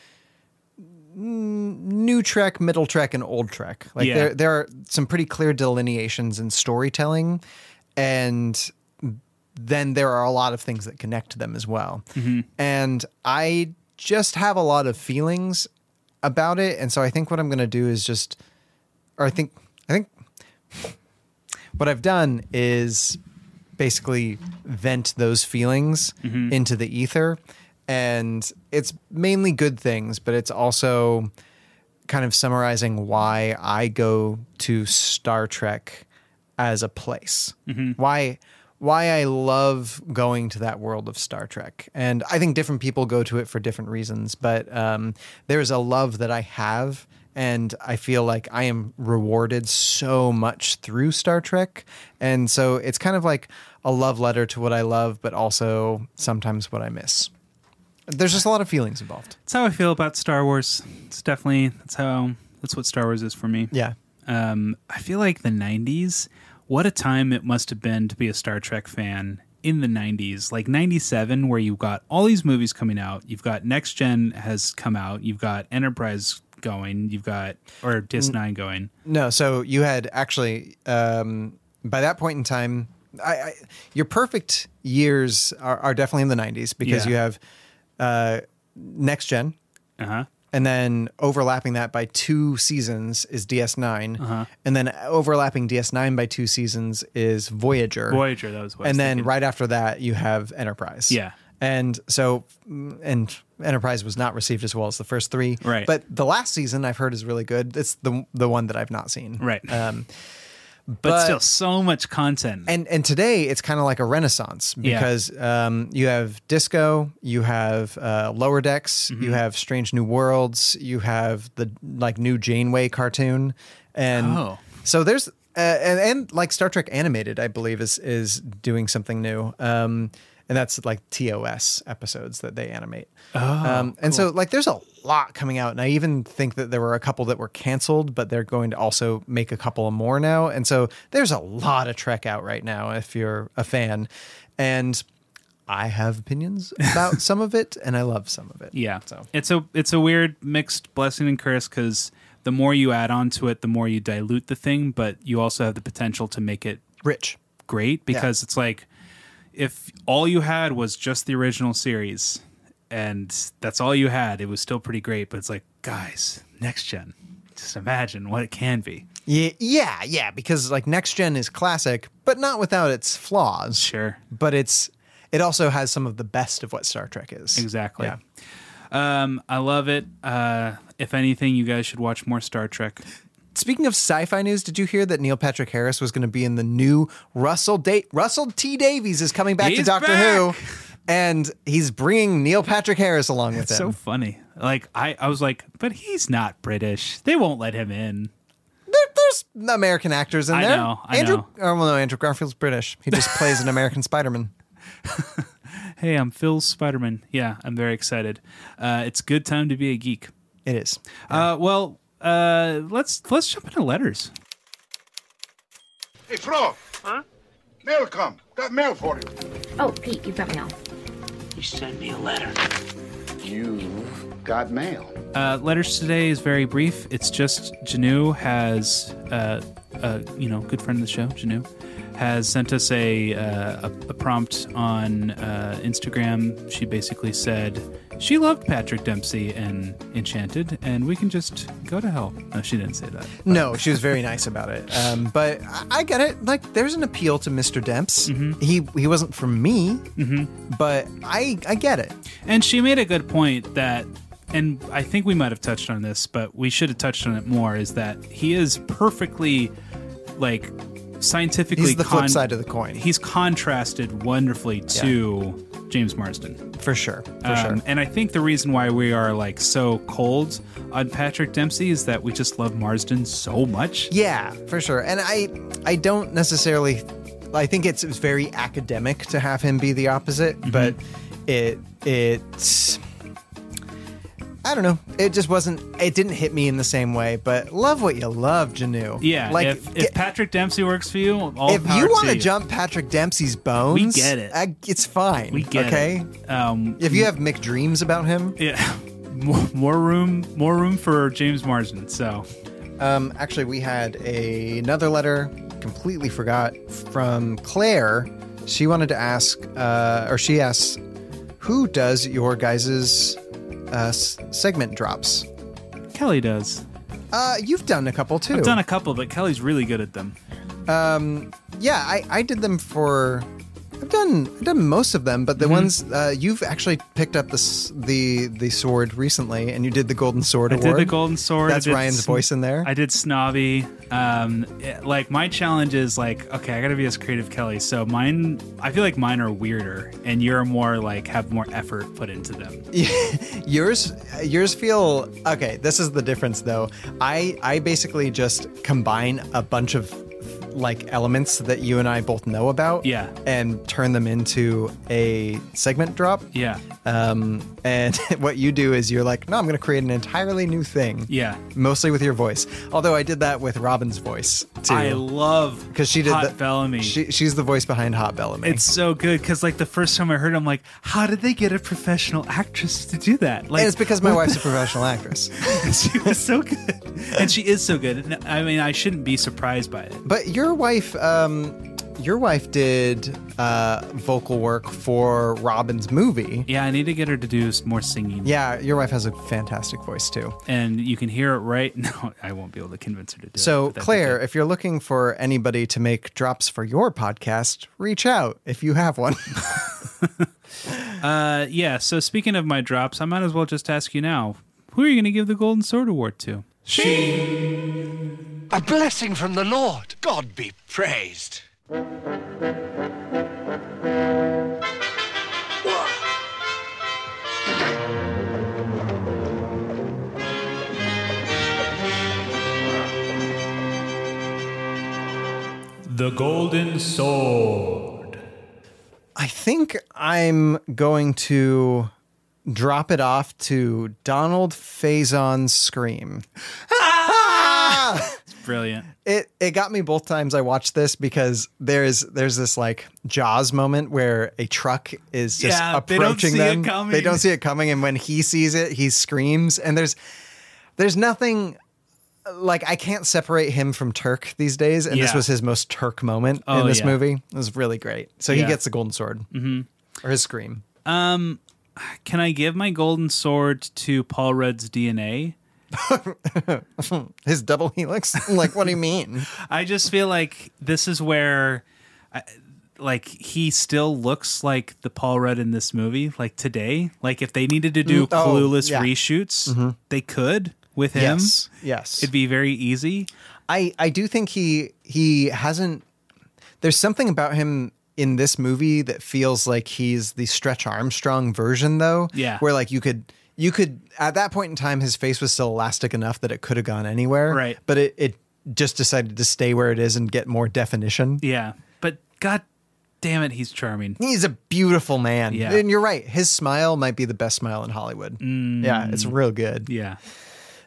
Speaker 2: n- new Trek, middle Trek and old Trek. Like
Speaker 3: Yeah.
Speaker 2: there there are some pretty clear delineations in storytelling and then there are a lot of things that connect them as well. And I just have a lot of feelings about it. And so I think what I'm going to do is just, or I think, I think what I've done is basically vent those feelings into the ether. And it's mainly good things, but it's also kind of summarizing why I go to Star Trek as a place. Why why I love going to that world of Star Trek. And I think different people go to it for different reasons, but um, there's a love that I have and I feel like I am rewarded so much through Star Trek. And so it's kind of like a love letter to what I love, but also sometimes what I miss. There's just a lot of feelings involved.
Speaker 3: That's how I feel about Star Wars. It's definitely that's how that's what Star Wars is for me.
Speaker 2: Yeah.
Speaker 3: Um, I feel like the '90s. What a time it must have been to be a Star Trek fan in the '90s, like '97, where you've got all these movies coming out. You've got Next Gen has come out. You've got Enterprise going. You've got or
Speaker 2: Mm.
Speaker 3: DS9 going.
Speaker 2: No, so you had actually um, by that point in time, I, I, your perfect years are, are definitely in the '90s because
Speaker 3: Yeah.
Speaker 2: you have uh, next gen,
Speaker 3: Uh huh.
Speaker 2: and then overlapping that by two seasons is DS9,
Speaker 3: Uh-huh.
Speaker 2: and then overlapping DS9 by two seasons is Voyager.
Speaker 3: Voyager. That was what I was
Speaker 2: and then
Speaker 3: thinking.
Speaker 2: right after that you have Enterprise.
Speaker 3: Yeah.
Speaker 2: And so, mm, and Enterprise was not received as well as the first three.
Speaker 3: Right.
Speaker 2: But the last season I've heard is really good. It's the the one that I've not seen.
Speaker 3: Right.
Speaker 2: Um,
Speaker 3: but, still, so much content.
Speaker 2: and and today it's kind of like a renaissance
Speaker 3: Yeah.
Speaker 2: because um, you have disco, you have uh, lower decks, you
Speaker 3: Mm-hmm.
Speaker 2: have strange new worlds, you have the like new Janeway cartoon, and
Speaker 3: Oh.
Speaker 2: so there's uh, and, and like Star Trek animated, I believe is is doing something new. Um, and that's like TOS episodes that they animate. Oh, um, and so like there's a lot coming out, and I even think that there were a couple that were canceled, but they're going to also make a couple more now. And so there's a lot of Trek out right now if you're a fan, and I have opinions about some of it, and I love some of it.
Speaker 3: Yeah.
Speaker 2: So
Speaker 3: it's a it's a weird mixed blessing and curse because the more you add on to it, the more you dilute the thing, but you also have the potential to make it
Speaker 2: rich.
Speaker 3: great because it's like if all you had was just the original series and that's all you had, it was still pretty great. But it's like, guys, next gen. Just imagine what it can be.
Speaker 2: Yeah, yeah, yeah. Because like next gen is classic, but not without its flaws.
Speaker 3: Sure.
Speaker 2: But it's it also has some of the best of what Star Trek is.
Speaker 3: Exactly.
Speaker 2: Yeah.
Speaker 3: Um, I love it. Uh, if anything, you guys should watch more Star Trek.
Speaker 2: Speaking of sci-fi news, did you hear that Neil Patrick Harris was going to be in the new Russell Date? Russell T Davies is coming back to
Speaker 3: He's
Speaker 2: Doctor
Speaker 3: back!
Speaker 2: Who, and he's bringing Neil Patrick Harris along with
Speaker 3: So
Speaker 2: him.
Speaker 3: funny. Like I, I was like, but he's not British. They won't let him in.
Speaker 2: There- there's American actors in
Speaker 3: I
Speaker 2: there.
Speaker 3: know, I
Speaker 2: Andrew,
Speaker 3: know.
Speaker 2: Oh, well, no, Andrew Garfield's British. He just plays an American Spider-Man.
Speaker 3: Hey, I'm Phil Spiderman. Yeah, I'm very excited. Uh, it's a good time to be a geek.
Speaker 2: It is.
Speaker 3: Uh, well, uh, let's let's jump into letters.
Speaker 5: Hey, Flo. Huh? Mail come. Got mail for you.
Speaker 6: Oh, Pete, you've got me on.
Speaker 7: You send me a letter.
Speaker 5: You've got mail.
Speaker 3: Uh, letters today is very brief. It's just Janu has, uh, uh, you know, good friend of the show, Janu, has sent us a uh, a, a prompt on uh, Instagram. She basically said, she loved Patrick Dempsey and Enchanted, and we can just go to hell. No, she didn't say that.
Speaker 2: No, she was very nice about it. Um, but I, I get it. Like, there's an appeal to Mr. Demps.
Speaker 3: Mm-hmm.
Speaker 2: He he wasn't for me, but I I get it.
Speaker 3: And she made a good point that, and I think we might have touched on this, but we should have touched on it more. Is that he is perfectly, like, scientifically.
Speaker 2: He's the flip side of the coin.
Speaker 3: He's contrasted wonderfully to James Marsden,
Speaker 2: For sure. For
Speaker 3: Um,
Speaker 2: sure.
Speaker 3: and I think the reason why we are like so cold on Patrick Dempsey is that we just love Marsden so much.
Speaker 2: Yeah, for sure. And I I don't necessarily I think it's, it's very academic to have him be the opposite,
Speaker 3: Mm-hmm.
Speaker 2: but it it's I don't know. It just wasn't it didn't hit me in the same way, but love what you love, Janu.
Speaker 3: Yeah,
Speaker 2: Like
Speaker 3: if, if
Speaker 2: get-
Speaker 3: Patrick Dempsey works for you, all
Speaker 2: if
Speaker 3: power
Speaker 2: you want
Speaker 3: to
Speaker 2: to jump Patrick Dempsey's bones,
Speaker 3: We get it.
Speaker 2: I, it's fine.
Speaker 3: we get
Speaker 2: okay.
Speaker 3: it. Um,
Speaker 2: If you have McDreams about him,
Speaker 3: yeah, more, more room, more room for James Marsden. So
Speaker 2: um, actually, we had a, another letter. Completely forgot from Claire. She wanted to ask, uh, or she asks, who does your guys's uh, s- segment drops?
Speaker 3: Kelly does.
Speaker 2: Uh, you've done a couple too.
Speaker 3: I've done a couple, but Kelly's really good at them.
Speaker 2: yeah, I, I did them for. I've done I've done most of them, but
Speaker 3: Mm-hmm.
Speaker 2: the ones uh, you've actually picked up the s- the the sword recently, and you did the golden sword
Speaker 3: I
Speaker 2: award.
Speaker 3: did the Golden Sword. I
Speaker 2: That's
Speaker 3: did
Speaker 2: Ryan's
Speaker 3: Sn-
Speaker 2: voice in there.
Speaker 3: I did Snobby. Um, it- like my challenge is like, okay, I gotta be as creative Kelly. So mine, I feel like mine are weirder, and you're more like have more effort put into them.
Speaker 2: yours yours feel okay this is the difference though i i basically just combine a bunch of like elements that you and i both know about
Speaker 3: Yeah.
Speaker 2: and turn them into a segment drop
Speaker 3: Yeah,
Speaker 2: um and what you do is you're like no i'm gonna create an entirely new thing
Speaker 3: yeah.
Speaker 2: mostly with your voice although i did that with robin's voice
Speaker 3: I
Speaker 2: too
Speaker 3: love
Speaker 2: because she did
Speaker 3: Hot
Speaker 2: the
Speaker 3: Bellamy.
Speaker 2: she, she's the voice behind hot bellamy
Speaker 3: it's so good because like the first time I heard, it, I'm like, how did they get a professional actress to do that? Like,
Speaker 2: and it's because my wife's a professional actress
Speaker 3: she was so good, and she is so good. And, I mean, I shouldn't be surprised by it.
Speaker 2: But your wife, um, your wife did uh, vocal work for Robin's movie.
Speaker 3: Yeah, I need to get her to do s- more singing.
Speaker 2: Yeah, your wife has a fantastic voice too.
Speaker 3: and you can hear it right. No, I won't be able to convince her to do
Speaker 2: So,
Speaker 3: it. but that'd be
Speaker 2: Claire,
Speaker 3: good.
Speaker 2: if you're looking for anybody to make drops for your podcast, reach out if you have one.
Speaker 3: uh, yeah. So speaking of my drops, I might as well just ask you now: Who are you going to give the Golden Sword Award to?
Speaker 7: A blessing from the Lord. God be praised.
Speaker 11: The Golden Sword.
Speaker 2: I think I'm going to drop it off to Donald Faison's Scream.
Speaker 3: Brilliant.
Speaker 2: it it got me both times I watched this because there's there's this like Jaws moment where a truck is just
Speaker 3: Yeah, they don't
Speaker 2: approaching
Speaker 3: see it
Speaker 2: them.
Speaker 3: coming.
Speaker 2: They don't see it coming, and when he sees it, he screams. And there's there's nothing like I can't separate him from Turk these days, and this
Speaker 3: Yeah.
Speaker 2: was his most Turk moment
Speaker 3: Oh,
Speaker 2: in this
Speaker 3: yeah.
Speaker 2: movie. It was really great. So
Speaker 3: Yeah. Mm-hmm.
Speaker 2: he gets the golden sword or his scream.
Speaker 3: Can I give my Golden Sword to Paul Rudd's DNA?
Speaker 2: His double helix. like, what do you mean?
Speaker 3: I just feel like this is where, I, like, he still looks like the Paul Rudd in this movie, like today. Like, if they needed to do
Speaker 2: Mm, oh,
Speaker 3: clueless
Speaker 2: yeah. Mm-hmm.
Speaker 3: reshoots, they could with him.
Speaker 2: Yes. Yes.
Speaker 3: It'd be very easy.
Speaker 2: I I do think he he hasn't. There's something about him in this movie that feels like he's the Stretch Armstrong version, though.
Speaker 3: Yeah.
Speaker 2: Where like you could you could at that point in time his face was still elastic enough that it could have gone anywhere.
Speaker 3: Right.
Speaker 2: But it it just decided to stay where it is and get more definition.
Speaker 3: Yeah. But God damn it, he's charming.
Speaker 2: He's a beautiful man.
Speaker 3: Yeah.
Speaker 2: And you're right. His smile might be the best smile in Hollywood.
Speaker 3: Mm.
Speaker 2: Yeah, it's real good.
Speaker 3: Yeah.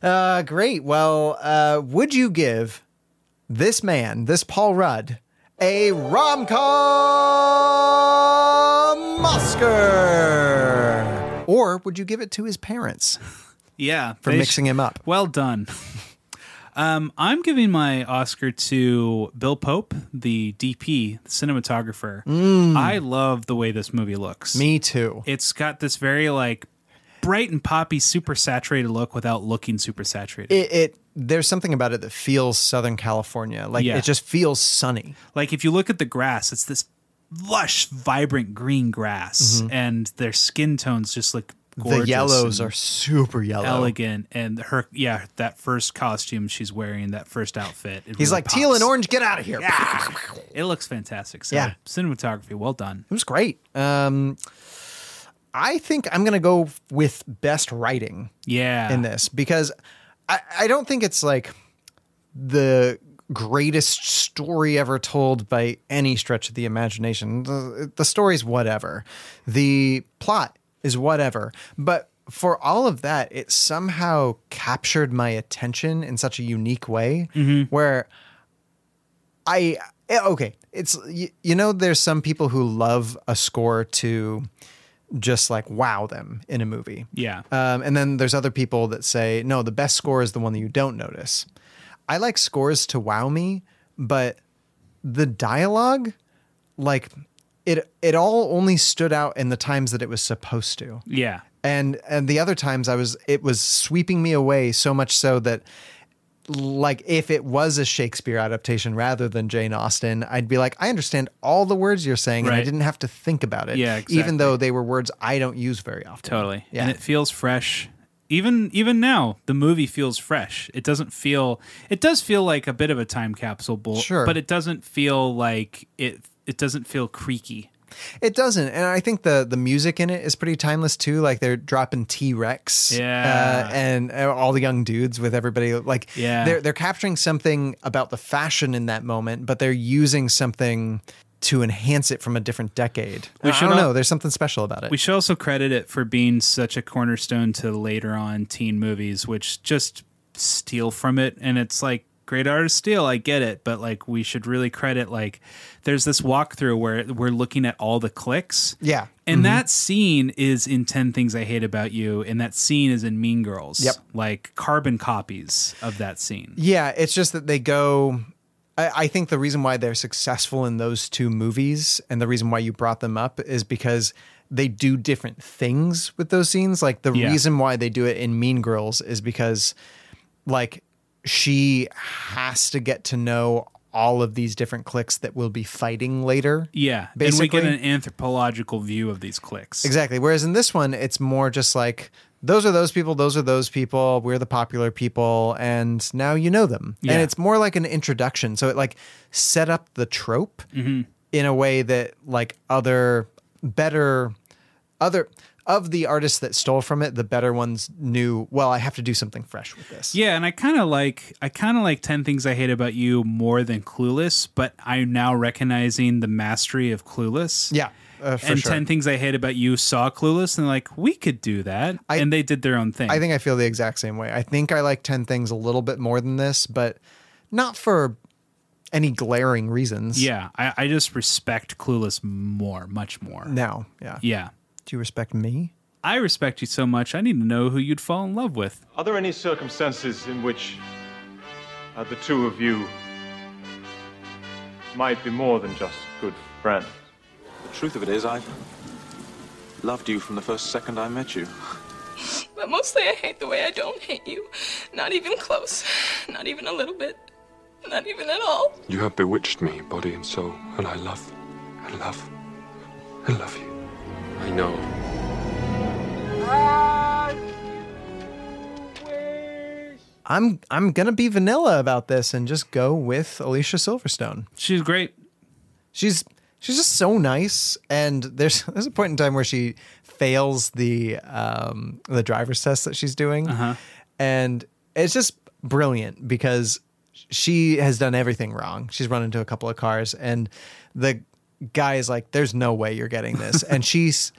Speaker 2: Uh, great. Well, uh, would you give this man, this Paul Rudd, a rom com Oscar? Or would you give it to his parents
Speaker 3: Yeah.
Speaker 2: for mixing him up?
Speaker 3: Well done. Um, I'm giving my Oscar to Bill Pope, the DP, the cinematographer. I love the way this movie looks.
Speaker 2: Mm. Me too.
Speaker 3: It's got this very like bright and poppy, super saturated look without looking super saturated.
Speaker 2: It, it there's something about it that feels Southern California. Like
Speaker 3: Yeah.
Speaker 2: it just feels sunny.
Speaker 3: Like if you look at the grass, it's this lush, vibrant green grass,
Speaker 2: Mhm.
Speaker 3: and their skin tones just look gorgeous.
Speaker 2: The yellows
Speaker 3: and
Speaker 2: are super yellow.
Speaker 3: elegant, and her yeah, that first costume she's wearing, that first outfit. it
Speaker 2: He's
Speaker 3: really
Speaker 2: like teal and
Speaker 3: pops.
Speaker 2: orange. Get out of here.
Speaker 3: Yeah. It looks fantastic. So
Speaker 2: Yeah.
Speaker 3: cinematography, well done.
Speaker 2: It was great. Um, I think I'm gonna go with best writing.
Speaker 3: Yeah.
Speaker 2: in this because I, I don't think it's like the greatest story ever told by any stretch of the imagination. The, the story's whatever, the plot is whatever. But for all of that, it somehow captured my attention in such a unique way where I. eh, Okay, it's you, you know there's some people who love a score to just like wow them in a movie.
Speaker 3: Yeah.
Speaker 2: Um, and then there's other people that say, no, the best score is the one that you don't notice. I like scores to wow me, but the dialogue, like it, it all only stood out in the times that it was supposed to.
Speaker 3: Yeah.
Speaker 2: And, and the other times I was, it was sweeping me away so much so that like if it was a Shakespeare adaptation rather than Jane Austen, I'd be like, I understand all the words you're saying and I
Speaker 3: Right.
Speaker 2: didn't have to think about it.
Speaker 3: Yeah,
Speaker 2: Even though they were words I don't use very often.
Speaker 3: Totally.
Speaker 2: Yeah.
Speaker 3: And it feels fresh. Even even now, the movie feels fresh. It doesn't feel it does feel like a bit of a time capsule bull,
Speaker 2: Sure.
Speaker 3: but it doesn't feel like it it doesn't feel creaky.
Speaker 2: It doesn't, and I think the the music in it is pretty timeless too. Like they're dropping T Rex,
Speaker 3: Yeah.
Speaker 2: uh, and uh, all the young dudes with everybody. Like,
Speaker 3: Yeah.
Speaker 2: they're they're capturing something about the fashion in that moment, but they're using something to enhance it from a different decade.
Speaker 3: We
Speaker 2: I
Speaker 3: should
Speaker 2: don't
Speaker 3: al-
Speaker 2: know. There's something special about it.
Speaker 3: We should also credit it for being such a cornerstone to later on teen movies, which just steal from it. And it's like, great artist steal, I get it. But like, we should really credit, like, there's this walkthrough where we're looking at all the clicks.
Speaker 2: Yeah.
Speaker 3: And
Speaker 2: Mhm.
Speaker 3: that scene is in 10 Things I Hate About You. And that scene is in Mean Girls.
Speaker 2: Yep.
Speaker 3: Like, carbon copies of that scene.
Speaker 2: Yeah, it's just that they go. I, I think the reason why they're successful in those two movies and the reason why you brought them up is because they do different things with those scenes. Like the
Speaker 3: Yeah.
Speaker 2: reason why they do it in Mean Girls is because, like, she has to get to know all of these different cliques that will be fighting later.
Speaker 3: Yeah.
Speaker 2: basically.
Speaker 3: And we get an anthropological view of these clicks.
Speaker 2: Exactly. Whereas in this one, it's more just like those are those people, those are those people. We're the popular people, and now you know them.
Speaker 3: Yeah.
Speaker 2: And it's more like an introduction. So it like set up the trope
Speaker 3: Mhm.
Speaker 2: in a way that like other better other of the artists that stole from it, the better ones knew. Well, I have to do something fresh with this.
Speaker 3: Yeah, and I kind of like I kind of like Ten Things I Hate About You more than Clueless, but I'm now recognizing the mastery of Clueless.
Speaker 2: Yeah, uh, for
Speaker 3: and
Speaker 2: sure.
Speaker 3: Ten Things I Hate About You saw Clueless and like we could do that,
Speaker 2: I-
Speaker 3: and they did their own thing.
Speaker 2: I think I feel the exact same way. I think I like 10 things a little bit more than this, but not for any glaring reasons.
Speaker 3: Yeah, I, I just respect Clueless more, much more.
Speaker 2: Now, yeah.
Speaker 3: Yeah,
Speaker 2: Do you respect me?
Speaker 3: I respect you so much. I need to know who you'd fall in love with.
Speaker 12: Are there any circumstances in which uh, the two of you might be more than just good friends?
Speaker 13: The truth of it is, I loved you from the first second I met you.
Speaker 14: But mostly I hate the way I don't hate you. Not even close. Not even a little bit. Not even at all.
Speaker 15: You have bewitched me, body and soul, and I love and love and love you. I know.
Speaker 2: I'm I'm gonna be vanilla about this and just go with Alicia Silverstone.
Speaker 3: She's great.
Speaker 2: She's she's just so nice. And there's there's a point in time where she fails the um, the driver's test that she's doing, and it's just brilliant because she has done everything wrong. She's run into a couple of cars, and the guy is like, "There's no way you're getting this," and she's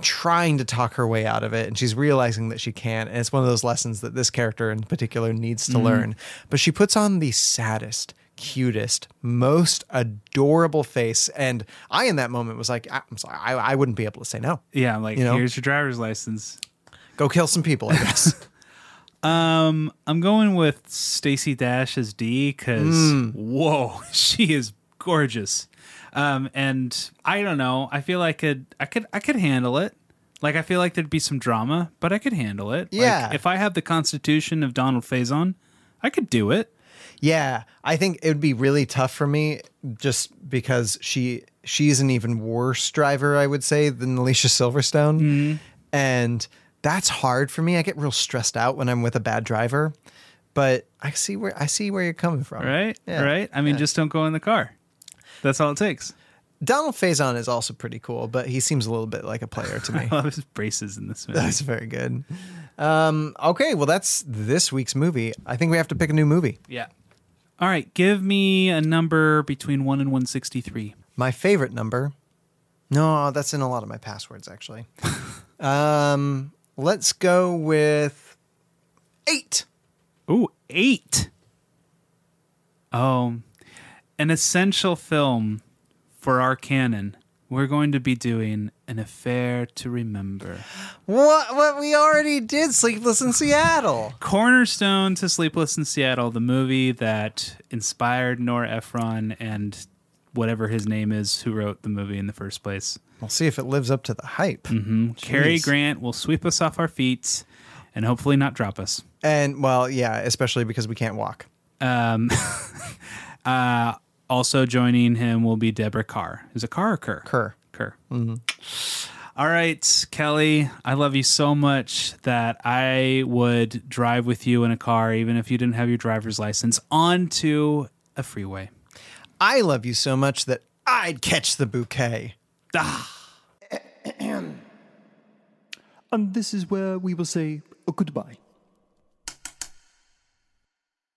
Speaker 2: trying to talk her way out of it and she's realizing that she can't and it's one of those lessons that this character in particular needs to
Speaker 16: Mhm.
Speaker 2: learn but she puts on the saddest cutest most adorable face and i in that moment was like "I- i'm sorry i, I wouldn't be able to say no
Speaker 3: Yeah, like
Speaker 2: You know?
Speaker 3: here's your driver's license.
Speaker 2: go kill some people i guess
Speaker 3: Um, I'm going with Stacy Dash as D because
Speaker 2: Mm.
Speaker 3: whoa, she is gorgeous. Um, and I don't know. I feel like I could I could I could handle it. Like I feel like there'd be some drama, but I could handle it.
Speaker 2: Yeah.
Speaker 3: Like, if I have the constitution of Donald Faison, I could do it.
Speaker 2: Yeah, I think it would be really tough for me just because she she's an even worse driver, I would say, than Alicia Silverstone,
Speaker 3: Mm-hmm.
Speaker 2: and that's hard for me. I get real stressed out when I'm with a bad driver, but I see where I see where you're coming from.
Speaker 3: Right?
Speaker 2: Yeah,
Speaker 3: Right? I mean,
Speaker 2: yeah.
Speaker 3: just don't go in the car. That's all it takes.
Speaker 2: Donald Faison is also pretty cool, but he seems a little bit like a player to me.
Speaker 3: I love his braces in this movie.
Speaker 2: That's very good. Um, okay, well, that's this week's movie. I think we have to pick a new movie.
Speaker 3: Yeah. All right, give me a number between 1 and 163.
Speaker 2: My favorite number. No, that's in a lot of my passwords actually. um, let's go with eight.
Speaker 3: Ooh, eight. Um, an essential film for our canon. We're going to be doing an affair to remember.
Speaker 2: What? What we already did? Sleepless in Seattle.
Speaker 3: Cornerstone to Sleepless in Seattle, the movie that inspired Nor Ephron and whatever his name is who wrote the movie in the first place.
Speaker 2: We'll see if it lives up to the hype. Mm-hmm.
Speaker 3: Cary Grant will sweep us off our feet and hopefully not drop us.
Speaker 2: And well, yeah, especially because we can't walk.
Speaker 3: Um, uh, also joining him will be Deborah Carr. Is it Carr or Kerr?
Speaker 2: Kerr.
Speaker 3: Kerr. All right, Kelly, I love you so much that I would drive with you in a car, even if you didn't have your driver's license, onto a freeway.
Speaker 2: I love you so much that I'd catch the bouquet.
Speaker 3: Ah.
Speaker 16: And this is where we will say goodbye.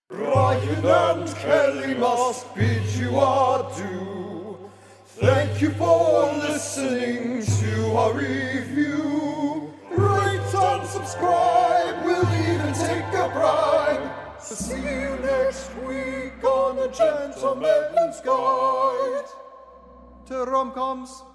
Speaker 17: Ryan and Kelly must bid you adieu. Thank you for listening to our review. Rate and subscribe, we'll even take a bribe. See you next week on The Gentleman's Guide to Rom-Coms.